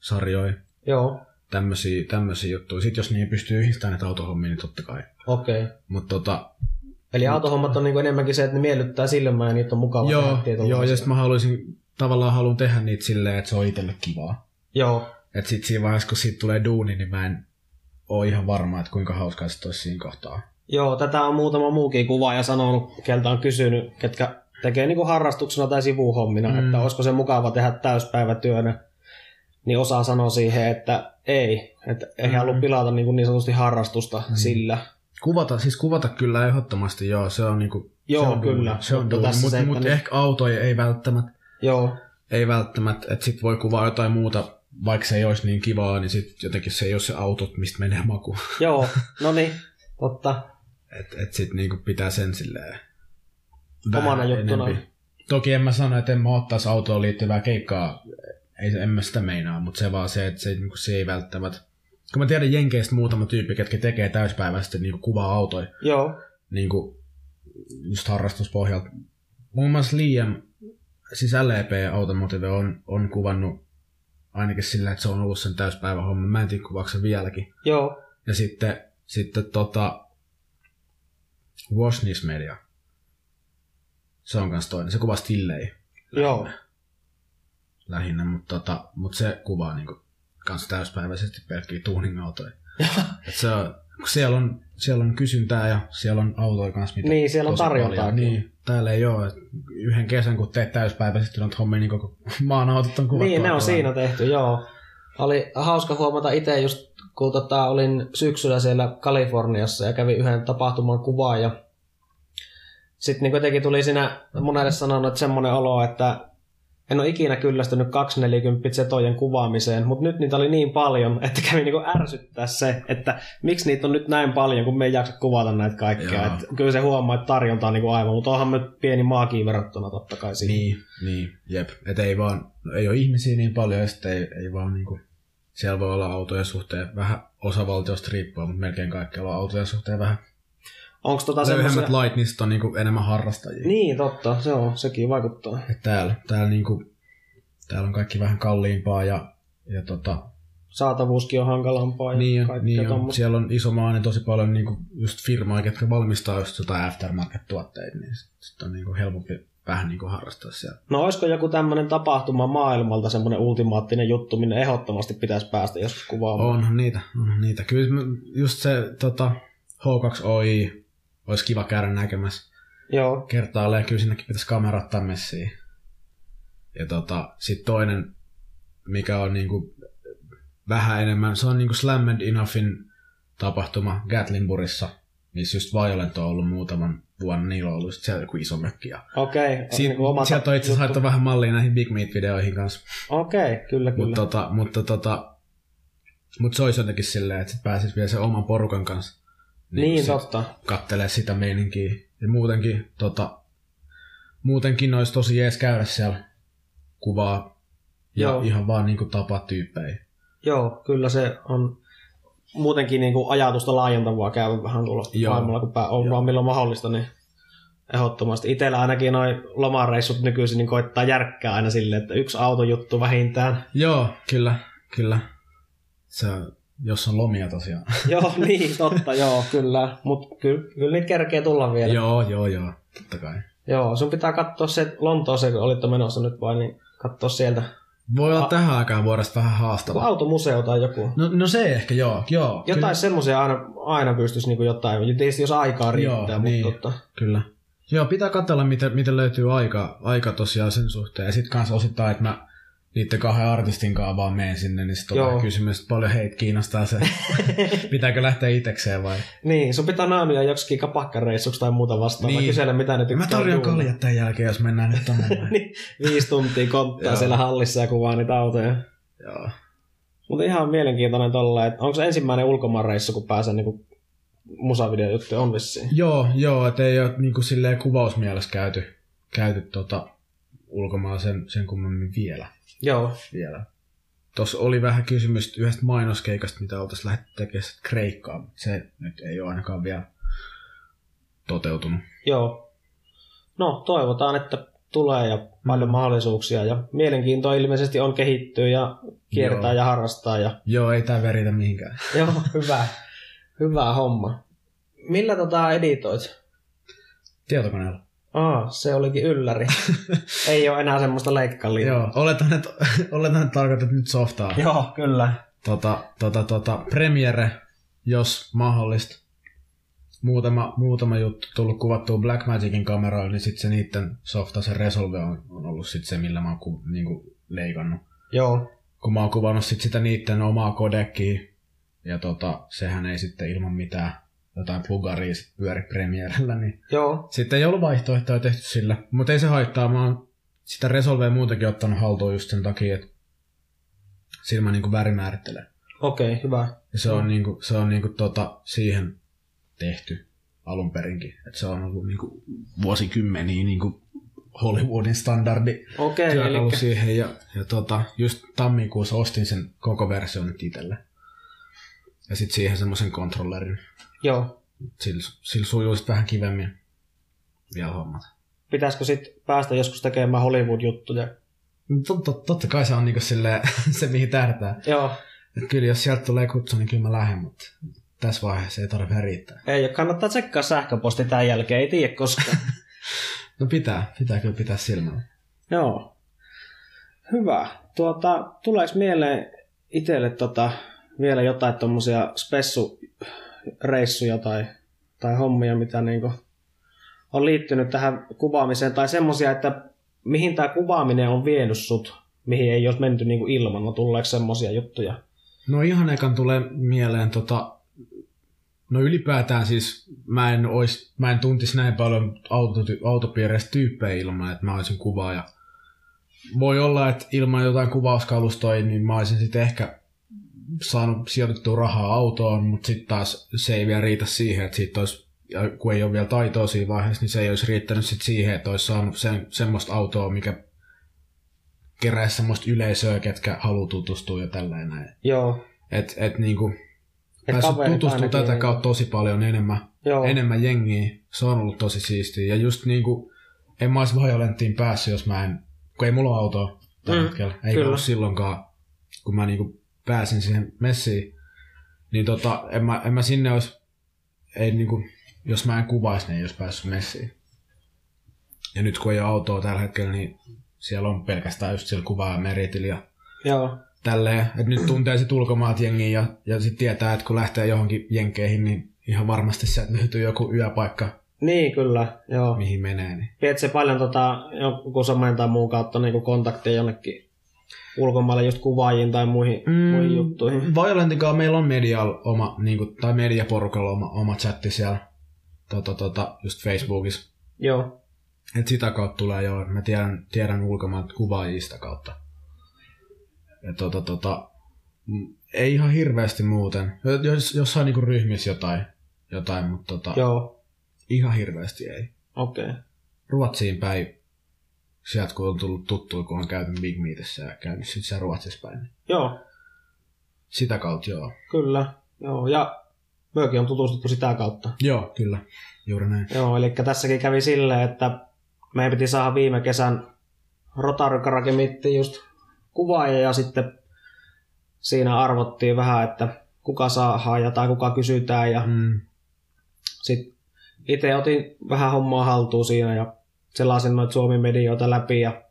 Speaker 2: sarjoja,
Speaker 3: Joo,
Speaker 2: tämmösiä, tämmösiä juttuja. Sitten jos niihin pystyy yhdistämään näitä autohommia, niin totta kai.
Speaker 3: okei. Okay.
Speaker 2: Mutta tota,
Speaker 3: Eli autohommat on niinku enemmänkin se, että ne miellyttää silmää ja niitä on mukava
Speaker 2: äh, joo,
Speaker 3: tehdä tietynlaisia.
Speaker 2: joo, ja sit mä haluaisin, tavallaan haluan tehdä niitä silleen, että se on itselle kivaa.
Speaker 3: Joo,
Speaker 2: Et sit siinä vaiheessa, kun siitä tulee duuni, niin mä en oo ihan varma, että kuinka hauskaa se olisi siinä kohtaa.
Speaker 3: Joo, tätä on muutama muukin kuvaaja sanonut, keltä on kysynyt, ketkä tekee niinku harrastuksena tai sivuhommina,
Speaker 2: Mm.
Speaker 3: mm. että olisiko se mukava tehdä täyspäivätyönä, niin osa sanoo siihen, että ei, että ei
Speaker 2: Mm.
Speaker 3: halua pilata niinku niin sanotusti harrastusta mm. sillä.
Speaker 2: Kuvata, siis kuvata kyllä ehdottomasti, joo, se on niinku...
Speaker 3: Joo,
Speaker 2: se on duuni,
Speaker 3: kyllä,
Speaker 2: Se on
Speaker 3: mutta
Speaker 2: duuni,
Speaker 3: tässä se,
Speaker 2: mutta
Speaker 3: että
Speaker 2: mut eh-
Speaker 3: nyt-
Speaker 2: ehkä autoja ei välttämättä,
Speaker 3: Joo,
Speaker 2: ei välttämättä, että sit voi kuvaa jotain muuta, vaikka se ei olisi niin kivaa, niin sit jotenkin se ei ole se auto, mistä menee maku.
Speaker 3: joo, no niin, totta.
Speaker 2: Et, et sit niinku pitää sen silleen...
Speaker 3: Omana
Speaker 2: vähän
Speaker 3: juttuna.
Speaker 2: enempi. Toki en mä sano, että en mä ottaisi autoon liittyvää keikkaa, ei, en mä sitä meinaa, mutta se vaan se, että se, niinku, se ei välttämättä... Kun mä tiedän Jenkeistä muutama tyyppi, ketkä tekee täyspäiväisesti niinku, kuvaa autoja,
Speaker 3: Joo,
Speaker 2: niin kuin, just harrastuspohjalta. Muun muassa Liam, siis LEP Automotive on, on kuvannut ainakin sillä, että se on ollut sen täyspäivähomma. Mä en tiedä, kuvaako se vieläkin.
Speaker 3: joo,
Speaker 2: Ja sitten, sitten tota, Washnis Media. Se on kans toinen. Se kuvaa stillejä
Speaker 3: joo,
Speaker 2: lähinnä, mutta tota, mut se kuvaa niinku kans täyspäiväisesti pelkkiä tuuningautoja. Et se on, kun siellä on, siellä on kysyntää ja siellä on autoja kanssa, mitä
Speaker 3: Niin, siellä on
Speaker 2: tosi
Speaker 3: tarjontaa
Speaker 2: paljon.
Speaker 3: kyllä.
Speaker 2: Niin, täällä ei ole. Yhden kesän, kun teet täyspäiväisesti noita hommia, niin koko maan autot on kuvattu.
Speaker 3: niin ne on
Speaker 2: aika
Speaker 3: siinä
Speaker 2: lailla.
Speaker 3: tehty, joo. Oli hauska huomata itse just, kun tota, olin syksyllä siellä Kaliforniassa ja kävin yhden tapahtuman kuvaa ja sitten niin jotenkin tuli siinä monelle sanonut, että semmoinen olo, että en ole ikinä kyllästynyt 240 setojen kuvaamiseen, mutta nyt niitä oli niin paljon, että kävi niin ärsyttää se, että miksi niitä on nyt näin paljon, kun me ei jaksa kuvata näitä kaikkea.
Speaker 2: Joo.
Speaker 3: Et kyllä se huomaa, että tarjonta on niin aivan, mutta onhan me pieni maakin verrattuna totta kai siihen.
Speaker 2: Niin, niin, jep. Et ei vaan, no ei ole ihmisiä niin paljon, ja sitten ei, ei vaan niinku, siellä voi olla autojen suhteen vähän osavaltiosta riippuen, mutta melkein kaikkialla on autojen suhteen vähän.
Speaker 3: Onko tota semmoisia-
Speaker 2: Löyhemmät lait, niistä on niinku enemmän harrastajia.
Speaker 3: Niin, totta. Se on, sekin vaikuttaa.
Speaker 2: Et täällä, täällä, niinku, täällä on kaikki vähän kalliimpaa ja, ja tota,
Speaker 3: Saatavuuskin on hankalampaa ja
Speaker 2: niin, on,
Speaker 3: kaikkea
Speaker 2: niin on.
Speaker 3: tommosta.
Speaker 2: siellä on iso maa, niin tosi paljon niinku just firmaa, ketkä valmistaa just jotain aftermarket-tuotteita, niin sitten sit on niinku helpompi vähän niinku harrastaa siellä.
Speaker 3: No olisiko joku tämmöinen tapahtuma maailmalta, semmoinen ultimaattinen juttu, minne ehdottomasti pitäisi päästä joskus kuvaamaan?
Speaker 2: Onhan niitä, onhan niitä. Kyllä mä- just se tota, H2OI olisi kiva käydä näkemässä
Speaker 3: Joo,
Speaker 2: kertaalleen, kyllä sinnekin pitäisi kamerattaa messiin. Ja tota, sitten toinen, mikä on niinku vähän enemmän, se on niinku Slam and Enoughin tapahtuma Gatlinburissa, missä just Violent on ollut muutaman vuonna, niillä on ollut just siellä joku iso mökki. Ja
Speaker 3: okei. Niinku Okay.
Speaker 2: Siin, sieltä on itse asiassa haettu vähän mallia näihin Big Meat-videoihin kanssa.
Speaker 3: Okei, okay, kyllä, kyllä.
Speaker 2: Mutta, tota, mutta, tota, mutta se olisi jotenkin silleen, että sit pääsis vielä sen oman porukan kanssa
Speaker 3: niin,
Speaker 2: sit
Speaker 3: totta.
Speaker 2: kattelee sitä meininkiä. Ja muutenkin, tota, muutenkin olisi tosi jees käydä siellä kuvaa ja Joo.
Speaker 3: Joo.
Speaker 2: ihan vaan niinku tapaa tyyppejä.
Speaker 3: Joo, kyllä se on muutenkin niin kuin ajatusta laajentavaa käydä vähän tuolla
Speaker 2: Joo.
Speaker 3: Joo. maailmalla, kun pää on
Speaker 2: Joo.
Speaker 3: vaan milloin mahdollista, niin ehdottomasti. Itellä ainakin noin lomareissut nykyisin niin koittaa järkkää aina silleen, että yksi autojuttu vähintään.
Speaker 2: Joo, kyllä, kyllä. Se, jos on lomia tosiaan.
Speaker 3: joo, niin, totta, joo, kyllä. Mutta kyllä, kyllä niitä kerkee tulla vielä. Joo.
Speaker 2: joo, joo, joo, totta kai.
Speaker 3: joo sun pitää katsoa se, että Lontooseen kun olitte menossa nyt vai, niin katsoa sieltä.
Speaker 2: Voi olla
Speaker 3: A-
Speaker 2: tähän aikaan vuodesta vähän
Speaker 3: Joku
Speaker 2: haastavaa.
Speaker 3: automuseo tai joku.
Speaker 2: No, no se ehkä, joo, joo.
Speaker 3: Jotain semmoisia aina, aina pystyisi niin jotain, tietysti jos aikaa riittää,
Speaker 2: Joo,
Speaker 3: mutta
Speaker 2: niin.
Speaker 3: niin. totta.
Speaker 2: Kyllä. Joo, pitää katsella, miten, miten löytyy aika, aika tosiaan sen suhteen. Ja sitten kanssa osittain, että mä niiden kahden artistin kanssa vaan menen sinne, niin sitten on
Speaker 3: Joo.
Speaker 2: vähän kysymys, että paljon heitä kiinnostaa se, pitääkö lähteä itekseen vai...
Speaker 3: Niin, sun pitää naamia joksikin kapakkareissuksi tai muuta vastaavaa.
Speaker 2: Niin.
Speaker 3: Niin. Kysellä, mitä ne
Speaker 2: Mä
Speaker 3: tykkää.
Speaker 2: tarjoan
Speaker 3: juoda.
Speaker 2: kaljat tämän jälkeen, jos mennään nyt
Speaker 3: Niin.
Speaker 2: tonne.
Speaker 3: Viisi tuntia konttaa
Speaker 2: Joo.
Speaker 3: siellä hallissa ja kuvaa niitä autoja.
Speaker 2: Joo.
Speaker 3: Mutta ihan mielenkiintoinen tolla, että onko se ensimmäinen ulkomaanreissu, kun pääsee niinku musavideojuttu on vissiin.
Speaker 2: Joo, joo, et ei ole niinku silleen kuvausmielessä käyty, käyty tota ulkomaan sen, sen kummemmin vielä.
Speaker 3: Joo.
Speaker 2: vielä. Tuossa oli vähän kysymys yhdestä mainoskeikasta, mitä oltaisiin lähdetty tekemään sitten Kreikkaan, mutta se nyt ei ole ainakaan vielä toteutunut.
Speaker 3: Joo. No, toivotaan, että tulee ja paljon mahdollisuuksia ja mielenkiintoa ilmeisesti on kehittyä ja kiertää
Speaker 2: Joo.
Speaker 3: ja harrastaa ja
Speaker 2: Joo, ei tämä veritä mihinkään.
Speaker 3: joo, hyvä, hyvä homma. Millä tota editoit?
Speaker 2: Tietokoneella.
Speaker 3: Aa, se olikin ylläri. Ei ole enää semmoista leikkalia.
Speaker 2: Joo, oletan, että, oletan, että tarkoitat nyt softaa.
Speaker 3: joo, kyllä.
Speaker 2: Tota, tota, tota, premiere, jos mahdollista. Muutama, muutama juttu tullut kuvattua Blackmagicin kameroilla, niin sitten se niiden softa, se Resolve on, on ollut sitten se, millä mä oon ku, niinku, leikannut.
Speaker 3: Joo,
Speaker 2: kun mä oon kuvannut sit sitä niitten omaa kodekkiä, ja tota, sehän ei sitten ilman mitään jotain plugaria sit pyöri Premierellä, niin
Speaker 3: joo,
Speaker 2: sitten ei ollut vaihtoehtoja tehty sillä. Mutta ei se haittaa, mä oon sitä Resolvea muutenkin ottanut haltuun just sen takia, että sillä mä niinku väri määrittelen.
Speaker 3: okei, okay, hyvä.
Speaker 2: Ja se on, niinku, se on niinku tota, siihen tehty alun perinkin. Et se on ollut niinku vuosikymmeniä niinku Hollywoodin standardi
Speaker 3: Okei, okay,
Speaker 2: työkalu
Speaker 3: eli
Speaker 2: siihen ja, ja tota, just tammikuussa ostin sen koko version nyt itselle. Ja sitten siihen semmoisen kontrollerin.
Speaker 3: joo.
Speaker 2: Sillä, sillä sujuu sit vähän kivemmin vielä hommat.
Speaker 3: Pitäisikö sit päästä joskus tekemään Hollywood-juttuja?
Speaker 2: Tot, tot, totta kai se on niinku silleen, se mihin tähdätään.
Speaker 3: Joo,
Speaker 2: Et kyllä jos sieltä tulee kutsu, niin kyllä mä lähden, mutta tässä vaiheessa ei tarvitse riittää.
Speaker 3: ei ole. Kannattaa tsekkaa sähköposti tämän jälkeen, ei tiedä koskaan.
Speaker 2: No pitää, pitää kyllä pitää silmällä.
Speaker 3: Joo. Hyvä. Tuota, tuleeko mieleen itselle tota, vielä jotain tuommoisia spessureissuja tai, tai hommia, mitä niinku on liittynyt tähän kuvaamiseen, tai semmoisia, että mihin tämä kuvaaminen on vienyt sut, mihin ei olisi menty niinku ilman, no tuleeko semmoisia juttuja?
Speaker 2: No ihan ekan tulee mieleen tota, no ylipäätään siis mä en, ois, mä en tuntisi näin paljon auto, autopiireistä tyyppejä ilman, että mä olisin kuvaaja. Voi olla, että ilman jotain kuvauskalustoja, niin mä olisin sitten ehkä saanut sijoitettua rahaa autoon, mutta sitten taas se ei vielä riitä siihen, että siitä olisi, ja kun ei ole vielä taitoa siinä vaiheessa, niin se ei olisi riittänyt sit siihen, että olisi saanut sen, semmoista autoa, mikä kerää semmoista yleisöä, ketkä haluaa tutustua ja tällainen näin.
Speaker 3: Joo.
Speaker 2: Et, et niinku,
Speaker 3: Et
Speaker 2: päässyt
Speaker 3: kaverit
Speaker 2: tutustumaan
Speaker 3: ainakin,
Speaker 2: tätä
Speaker 3: niin-
Speaker 2: kautta tosi paljon enemmän,
Speaker 3: Joo.
Speaker 2: oh. enemmän jengiä. Se on ollut tosi siistiä. Ja just niinku, en mä olisi Violenttiin päässyt, jos mä en, kun ei mulla ole autoa tällä
Speaker 3: Mm,
Speaker 2: mm, hetkellä. Ei
Speaker 3: kyllä.
Speaker 2: ollut silloinkaan, kun mä niinku pääsin siihen messiin. Niin tota, en mä, en mä sinne olisi, ei niinku, jos mä en kuvaisi, niin ei olisi päässyt messiin. Ja nyt kun ei ole autoa tällä hetkellä, niin siellä on pelkästään just sillä kuvaa meritillä ja
Speaker 3: Joo.
Speaker 2: tälleen, että nyt tuntee sit ulkomaat jengiin ja, ja sit tietää, että kun lähtee johonkin jenkeihin, niin ihan varmasti sieltä löytyy joku yöpaikka,
Speaker 3: Niin kyllä, joo.
Speaker 2: mihin menee. Niin.
Speaker 3: Viet se paljon tota, jonkun somen tai muun kautta niin kontakteja jonnekin ulkomaille just kuvaajiin tai muihin, mm. muihin juttuihin.
Speaker 2: Violentinkaan meillä on medial oma, niin kuin, tai mediaporukalla oma, oma chatti siellä, tota, tota, just Facebookissa.
Speaker 3: Joo,
Speaker 2: Et sitä kautta tulee jo, mä tiedän, tiedän ulkomaat kuvaajista kautta. Ja tota, tota, mm, ei ihan hirveästi muuten. Jo- Jos, jossain niinku ryhmissä jotain, jotain mutta tota,
Speaker 3: joo,
Speaker 2: ihan hirveästi ei.
Speaker 3: okei. Okay.
Speaker 2: Ruotsiin päin, sieltä kun on tullut tuttu, kun on käynyt Big Meetissä ja käynyt sitten siellä Ruotsissa päin. niin
Speaker 3: Joo,
Speaker 2: Sitä kautta joo.
Speaker 3: kyllä, joo. Ja myökin on tutustuttu sitä kautta.
Speaker 2: Joo, kyllä. Juuri näin.
Speaker 3: Joo, eli tässäkin kävi silleen, että meidän piti saada viime kesän rotarykarakemitti just kuvaajia ja sitten siinä arvottiin vähän, että kuka saadaan ja tai kuka kysytään ja
Speaker 2: Mm,
Speaker 3: sitten itse otin vähän hommaa haltuun siinä ja selasin noita Suomi-medioita läpi ja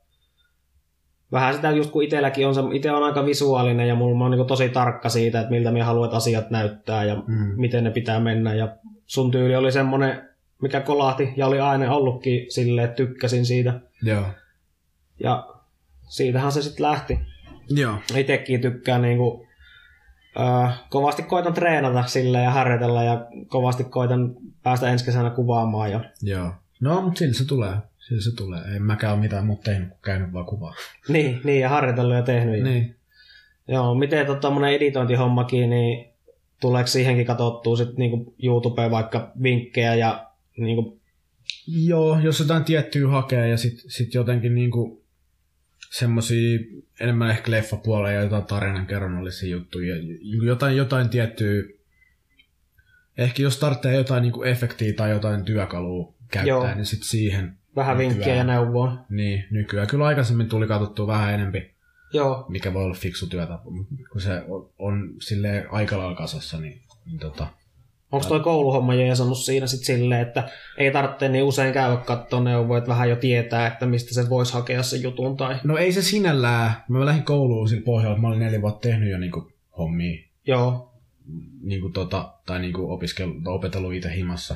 Speaker 3: vähän sitä just kun itselläkin on, se, itse on aika visuaalinen ja mulla mä oon niin tosi tarkka siitä, että miltä minä haluan, että asiat näyttää ja
Speaker 2: mm,
Speaker 3: miten ne pitää mennä ja sun tyyli oli semmonen, mikä kolahti ja oli aina ollutkin silleen, että tykkäsin siitä
Speaker 2: joo.
Speaker 3: ja siitähän se sitten lähti
Speaker 2: Joo.
Speaker 3: itsekin tykkään niinku, ö, kovasti koitan treenata sille ja harjoitella ja kovasti koitan päästä ensi kesänä kuvaamaan. Ja,
Speaker 2: Joo. No, mutta sillä se tulee. Sillä se tulee. En mäkään ole mitään muuta tehnyt kuin käynyt vaan kuvaa. Mm.
Speaker 3: niin, niin, ja harjoitellut ja tehnyt. Ja,
Speaker 2: Niin.
Speaker 3: Joo, miten tota, tuommoinen editointihommakin, niin tuleeko siihenkin katsottua sit niinku YouTubeen vaikka vinkkejä ja niinku,
Speaker 2: Joo, jos jotain tiettyä hakee ja sitten sit jotenkin niinku semmosia enemmän ehkä leffapuoleen ja jotain tarinankerronnallisia juttuja, niinku jotain, jotain tiettyä, ehkä jos tarvitsee jotain niinku efektiä tai jotain työkalua käyttää,
Speaker 3: Joo.
Speaker 2: Joo. niin sitten siihen,
Speaker 3: vähän
Speaker 2: Nykyään.
Speaker 3: vinkkejä ja neuvoa?
Speaker 2: niin nykyään kyllä aikaisemmin tuli katsottua vähän enempi,
Speaker 3: Joo,
Speaker 2: mikä voi olla fiksu työtapa, mut kun se on, on silleen aika lailla kasassa, niin, niin tota,
Speaker 3: onko toi kouluhomma jeesannut siinä sit silleen, että ei tarvitse niin usein käydä katsoa neuvoa, että vähän jo tietää, että mistä se voisi hakea sen jutun tai...
Speaker 2: No ei se sinällään. Mä lähdin kouluun sillä pohjalla, että mä olin neljä vuotta tehnyt jo niinku hommia.
Speaker 3: Joo,
Speaker 2: Niinku tota, tai niinku opiskellut, tai opetellut itse himassa.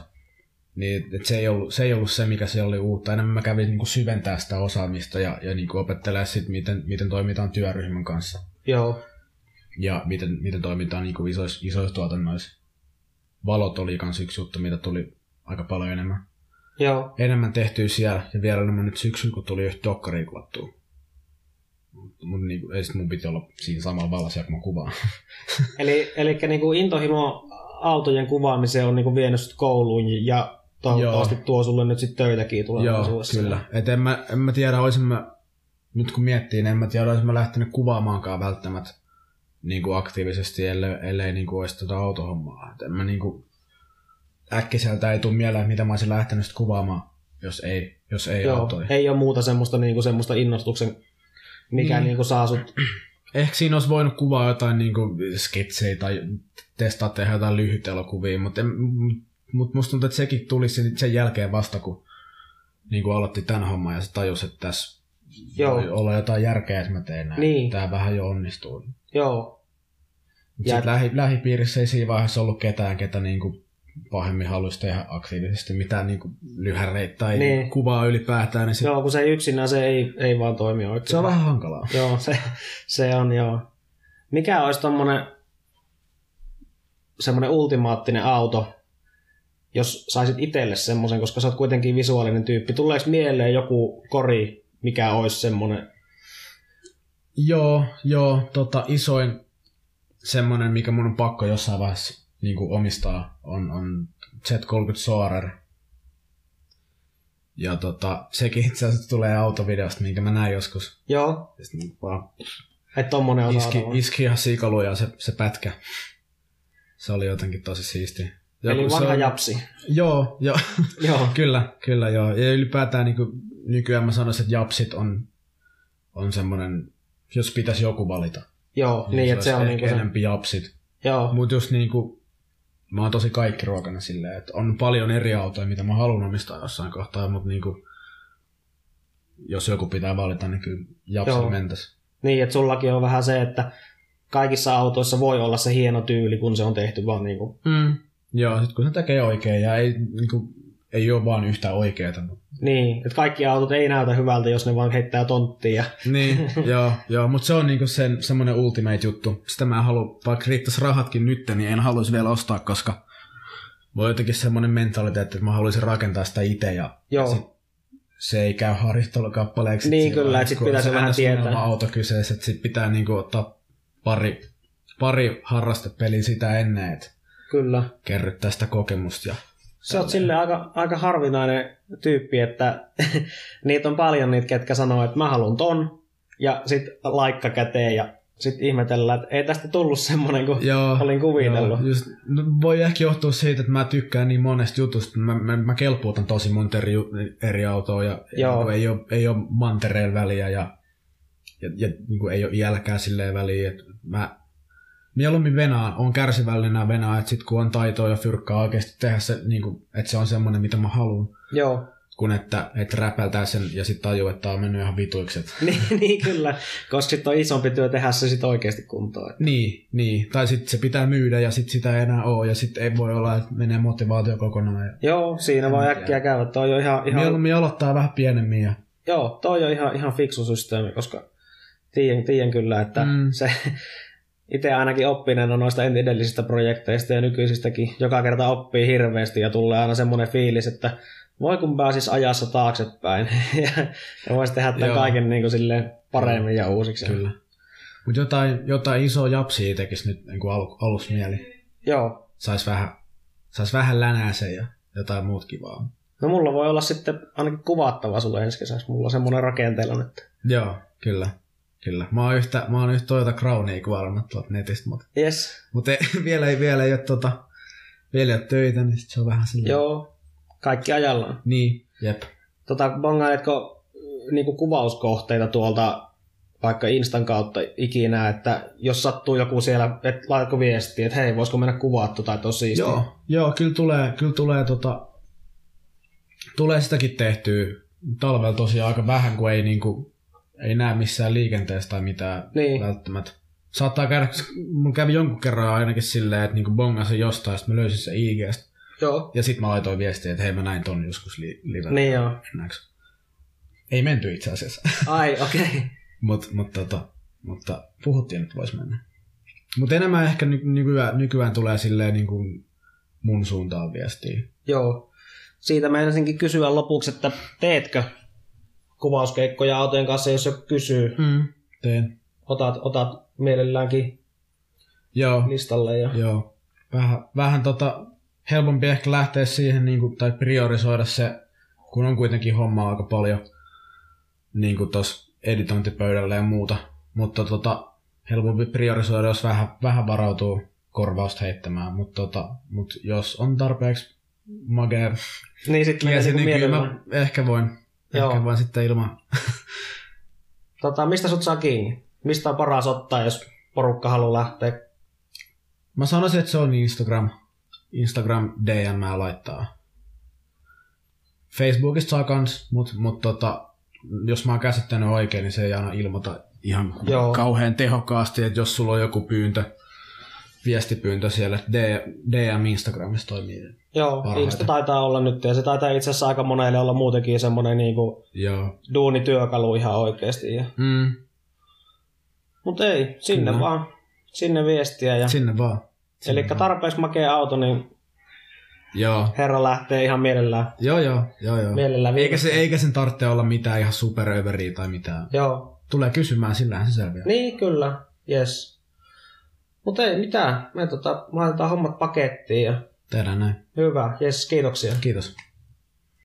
Speaker 2: Niin, et se, ei ollut, se ei ollut se, mikä se oli uutta. Enemmän mä kävin niinku syventää sitä osaamista ja, ja niinku opettelee sit, miten, miten toimitaan työryhmän kanssa.
Speaker 3: joo,
Speaker 2: Ja miten, miten toimitaan niinku isoissa isois tuotannoissa. Valot oli kans yksi juttu, mitä tuli aika paljon enemmän.
Speaker 3: joo.
Speaker 2: Enemmän tehtyä siellä ja vielä enemmän nyt syksyllä, kun tuli yhtä dokkariin kuvattua. Mutta niinku, ei sit mun piti olla siinä samalla valossa, kun mä kuvaan.
Speaker 3: Eli, eli niinku intohimo autojen kuvaamiseen on niinku vienyt sut kouluun ja toivottavasti
Speaker 2: Joo.
Speaker 3: tuo sulle nyt sitten töitäkin
Speaker 2: Joo,
Speaker 3: tulevaisuudessa.
Speaker 2: kyllä. Et en mä, en mä tiedä, olisin mä, nyt kun miettii, niin en mä tiedä, olisin mä lähtenyt kuvaamaankaan välttämättä niin kuin aktiivisesti, ellei, ellei niin kuin olisi tuota autohommaa. Et en mä niin kuin, äkkiseltä ei tule mieleen, mitä mä olisin lähtenyt sit kuvaamaan, jos ei, jos ei
Speaker 3: Joo,
Speaker 2: autoja.
Speaker 3: ei ole muuta semmoista, niinku, semmoista innostuksen, mikä
Speaker 2: Niin.
Speaker 3: niinku, saa sut...
Speaker 2: Ehkä siinä olisi voinut kuvaa jotain niin kuin sketsejä tai testaa tehdä jotain lyhyitä elokuvia, mutta en, mut musta tuntuu, että sekin tuli sen, sen jälkeen vasta, kun niin kuin aloitti tämän homman ja se tajus, että tässä
Speaker 3: Joo.
Speaker 2: voi olla jotain järkeä, että mä teen näin.
Speaker 3: Niin.
Speaker 2: Tämä vähän jo onnistuu.
Speaker 3: Joo, Ja-
Speaker 2: Ja... Sitten lähi, lähipiirissä ei siinä vaiheessa ollut ketään, ketä niin kuin pahemmin haluaisi tehdä aktiivisesti mitään niin kuin lyhäreitä tai
Speaker 3: Niin.
Speaker 2: niin. kuvaa ylipäätään, niin sit,
Speaker 3: joo, kun se yksinään se ei, ei vaan toimi oikein.
Speaker 2: se on vähän hankalaa.
Speaker 3: Joo, se, se on joo. Mikä olisi tommonen semmoinen ultimaattinen auto, jos saisit itselle semmoisen, koska sä oot kuitenkin visuaalinen tyyppi. Tuleeko mieleen joku kori, mikä olisi semmoinen?
Speaker 2: Joo, joo, tota, isoin semmonen, mikä mun on pakko jossain vaiheessa niin kuin omistaa, on, on Z30 Soarer. Ja tota, sekin itse asiassa tulee autovideosta, minkä mä näin joskus.
Speaker 3: Joo,
Speaker 2: Ja sit niinku vaan
Speaker 3: että tommonen on
Speaker 2: iski,
Speaker 3: saatava.
Speaker 2: iski ihan sikaluja se, se pätkä. Se oli jotenkin tosi siisti.
Speaker 3: Eli
Speaker 2: se
Speaker 3: vanha
Speaker 2: on-
Speaker 3: japsi.
Speaker 2: Joo, joo.
Speaker 3: joo,
Speaker 2: kyllä, kyllä joo. Ja ylipäätään niin nykyään mä sanoisin, että japsit on, on semmonen, jos pitäisi joku valita.
Speaker 3: joo, niin, että se on
Speaker 2: olisi
Speaker 3: niinku
Speaker 2: ehkä
Speaker 3: se.
Speaker 2: enempi japsit.
Speaker 3: Joo,
Speaker 2: Mutta just niinku, mä oon tosi kaikki ruokana silleen, että on paljon eri autoja, mitä mä haluan omistaa jossain kohtaa, mutta niinku, jos joku pitää valita, niin kyllä
Speaker 3: Joo.
Speaker 2: japsit mentäs.
Speaker 3: niin että sullakin on vähän se, että kaikissa autoissa voi olla se hieno tyyli, kun se on tehty vaan niinku.
Speaker 2: Mm. Joo, sit kun se tekee oikein ja ei, niinku, ei ole vaan yhtä oikeeta. mut-
Speaker 3: Niin, että kaikki autot ei näytä hyvältä, jos ne vaan heittää tonttia ja
Speaker 2: Niin, joo, joo mutta se on niinku sen, semmoinen ultimate juttu. Sitä mä en halua, vaikka riittäisi rahatkin nyt, niin en haluaisi vielä ostaa, koska voi jotenkin semmoinen mentaliteetti, että mä haluaisin rakentaa sitä itse ja
Speaker 3: Joo,
Speaker 2: Sit- se ei käy harjoittelukappaleeksi.
Speaker 3: Niin
Speaker 2: Sillä
Speaker 3: kyllä,
Speaker 2: lailla,
Speaker 3: et sit
Speaker 2: kun
Speaker 3: pitää se vähän
Speaker 2: ns.
Speaker 3: tietää.
Speaker 2: unelma auto kyseessä, että sit pitää niinku ottaa pari, pari harrastepeliä sitä ennen, että
Speaker 3: kyllä.
Speaker 2: kerryttää sitä kokemusta. Ja
Speaker 3: Se on sille aika, aika harvinainen tyyppi, että niitä on paljon niitä, ketkä sanoo, että mä haluan ton, ja sit laikka käteen, ja sit ihmetellään, että ei tästä tullut semmonen kuin
Speaker 2: Joo,
Speaker 3: olin kuvitellut.
Speaker 2: joo, just, no, voi ehkä johtua siitä, että mä tykkään niin monesta jutusta. Mä, mä, mä kelpuutan tosi monta eri, ju- eri autoa ja
Speaker 3: Joo.
Speaker 2: niinku ei, ole, ei ole mantereen väliä ja, ja, ja niinku ei ole jälkää silleen väliä. Et mä mieluummin venaan, on kärsivällinen venaa, että sit kun on taitoa ja fyrkkaa oikeasti tehdä se, niinku, että se on semmoinen, mitä mä haluan,
Speaker 3: Joo,
Speaker 2: kun että, että räpeltää sen ja sitten tajuu, että tää on mennyt ihan vituiksi. et-
Speaker 3: niin, niin kyllä, koska sit on isompi työ tehdä se sit oikeasti kuntoon.
Speaker 2: Niin, niin. Tai sitten se pitää myydä ja sitten sitä ei enää ole ja sitten ei voi olla, että menee motivaatio kokonaan. Ja
Speaker 3: Joo, siinä voi
Speaker 2: En
Speaker 3: äkkiä
Speaker 2: tiedä.
Speaker 3: käydä, toi on ihan, ihan
Speaker 2: Mieluummin aloittaa vähän pienemmin. Ja...
Speaker 3: Joo, toi on ihan, ihan fiksu systeemi, koska tiedän, tiedän kyllä, että mm.
Speaker 2: Mm.
Speaker 3: se itse ainakin oppineena noista en- edellisistä projekteista ja nykyisistäkin joka kerta oppii hirveästi ja tulee aina semmoinen fiilis, että voi kun pääsis ajassa taaksepäin ja, ja voisi tehdä tämän
Speaker 2: Joo.
Speaker 3: kaiken niin kuin silleen paremmin ja uusiksi.
Speaker 2: Kyllä. Mutta jotain, jotain isoa japsia tekisi nyt niin kuin alu, alussa mieli.
Speaker 3: Joo.
Speaker 2: Saisi vähän, sais vähän länäsen ja jotain muut kivaa.
Speaker 3: No mulla voi olla sitten ainakin kuvattava sulle ensi kesässä. Mulla on semmoinen rakenteella nyt.
Speaker 2: Joo, kyllä. Kyllä. Mä oon yhtä, mä oon yhtä Toyota Crownia kuvaillut tuolta netistä, mutta,
Speaker 3: Yes.
Speaker 2: mutta ei, vielä, ei, vielä, ei ole, tota, vielä ei ole töitä, niin sit se on vähän silleen.
Speaker 3: Joo. Kaikki ajallaan.
Speaker 2: Niin, jep.
Speaker 3: Tota, bongailetko niinku kuvauskohteita tuolta vaikka Instan kautta ikinä, että jos sattuu joku siellä, että laitatko viestiä, että hei, voisiko mennä kuvaa tota, että on siistiä.
Speaker 2: Joo, joo kyllä tulee, kyllä tulee, tota, tulee sitäkin tehtyä talvella tosiaan aika vähän, kun ei, niinku, ei näe missään liikenteessä tai mitään
Speaker 3: Niin.
Speaker 2: välttämättä. Saattaa käydä, mulla kävi jonkun kerran ainakin silleen, että niinku bongasin jostain, sitten mä löysin se IGstä.
Speaker 3: Joo.
Speaker 2: Ja sitten mä laitoin viestiä, että hei mä näin ton joskus li- livenä.
Speaker 3: Niin joo.
Speaker 2: Näks? Ei menty itse asiassa.
Speaker 3: Ai, okei. Okay.
Speaker 2: Mut, mut, tota, mutta puhuttiin, että voisi mennä. Mutta enemmän ehkä ny- nykyään, nykyään tulee silleen niin kuin mun suuntaan viestiä.
Speaker 3: Joo. Siitä meinasinkin kysyä lopuksi, että teetkö kuvauskeikkoja autojen kanssa, jos joku kysyy.
Speaker 2: Mm. Teen.
Speaker 3: Otat, otat mielelläänkin
Speaker 2: Joo,
Speaker 3: listalle. Ja...
Speaker 2: joo. Vähän, vähän tota, helpompi ehkä lähteä siihen niin kuin, tai priorisoida se, kun on kuitenkin hommaa aika paljon niin kuin tuossa editointipöydällä ja muuta. Mutta tota, helpompi priorisoida, jos vähän, vähän varautuu korvausta heittämään. Mutta tota, mut jos on tarpeeksi magea
Speaker 3: Niin sitten menee
Speaker 2: kiesi,
Speaker 3: niinku
Speaker 2: niin kyllä
Speaker 3: mielellään.
Speaker 2: mä ehkä voin. Joo.
Speaker 3: Joo.
Speaker 2: Ehkä voin sitten ilman.
Speaker 3: Tota, mistä sut saa kiinni? Mistä on paras ottaa, jos porukka haluaa lähteä?
Speaker 2: Mä sanoisin, että se on Instagram. Instagram DM laittaa. Facebookista saa kans, mut, mut tota, jos mä oon käsittänyt oikein, niin se ei aina ilmoita ihan
Speaker 3: Joo.
Speaker 2: Joo. kauhean tehokkaasti, että jos sulla on joku pyyntö, viestipyyntö siellä, että D- DM Instagramissa toimii.
Speaker 3: Joo,
Speaker 2: Parhaiten.
Speaker 3: Insta taitaa olla nyt, ja se taitaa itse asiassa aika monelle olla muutenkin semmoinen niinku
Speaker 2: Joo.
Speaker 3: duunityökalu ihan oikeasti. Ja...
Speaker 2: Mm,
Speaker 3: Mutta ei, sinne
Speaker 2: Kyllä.
Speaker 3: vaan. Sinne viestiä. Ja...
Speaker 2: sinne vaan. Sinne
Speaker 3: Eli
Speaker 2: vaan.
Speaker 3: tarpeeksi makea auto, niin
Speaker 2: Joo.
Speaker 3: herra lähtee ihan mielellään.
Speaker 2: Joo, joo, joo, joo.
Speaker 3: mielellään
Speaker 2: Eikä, se, eikä sen tarvitse olla mitään ihan superöveriä tai mitään.
Speaker 3: Joo,
Speaker 2: Tulee kysymään, sillähän se selviää.
Speaker 3: Niin, kyllä. Yes. Mutta ei mitään. Me tota, laitetaan hommat pakettiin ja
Speaker 2: Tehdään näin.
Speaker 3: hyvä. Yes, kiitoksia.
Speaker 2: Kiitos.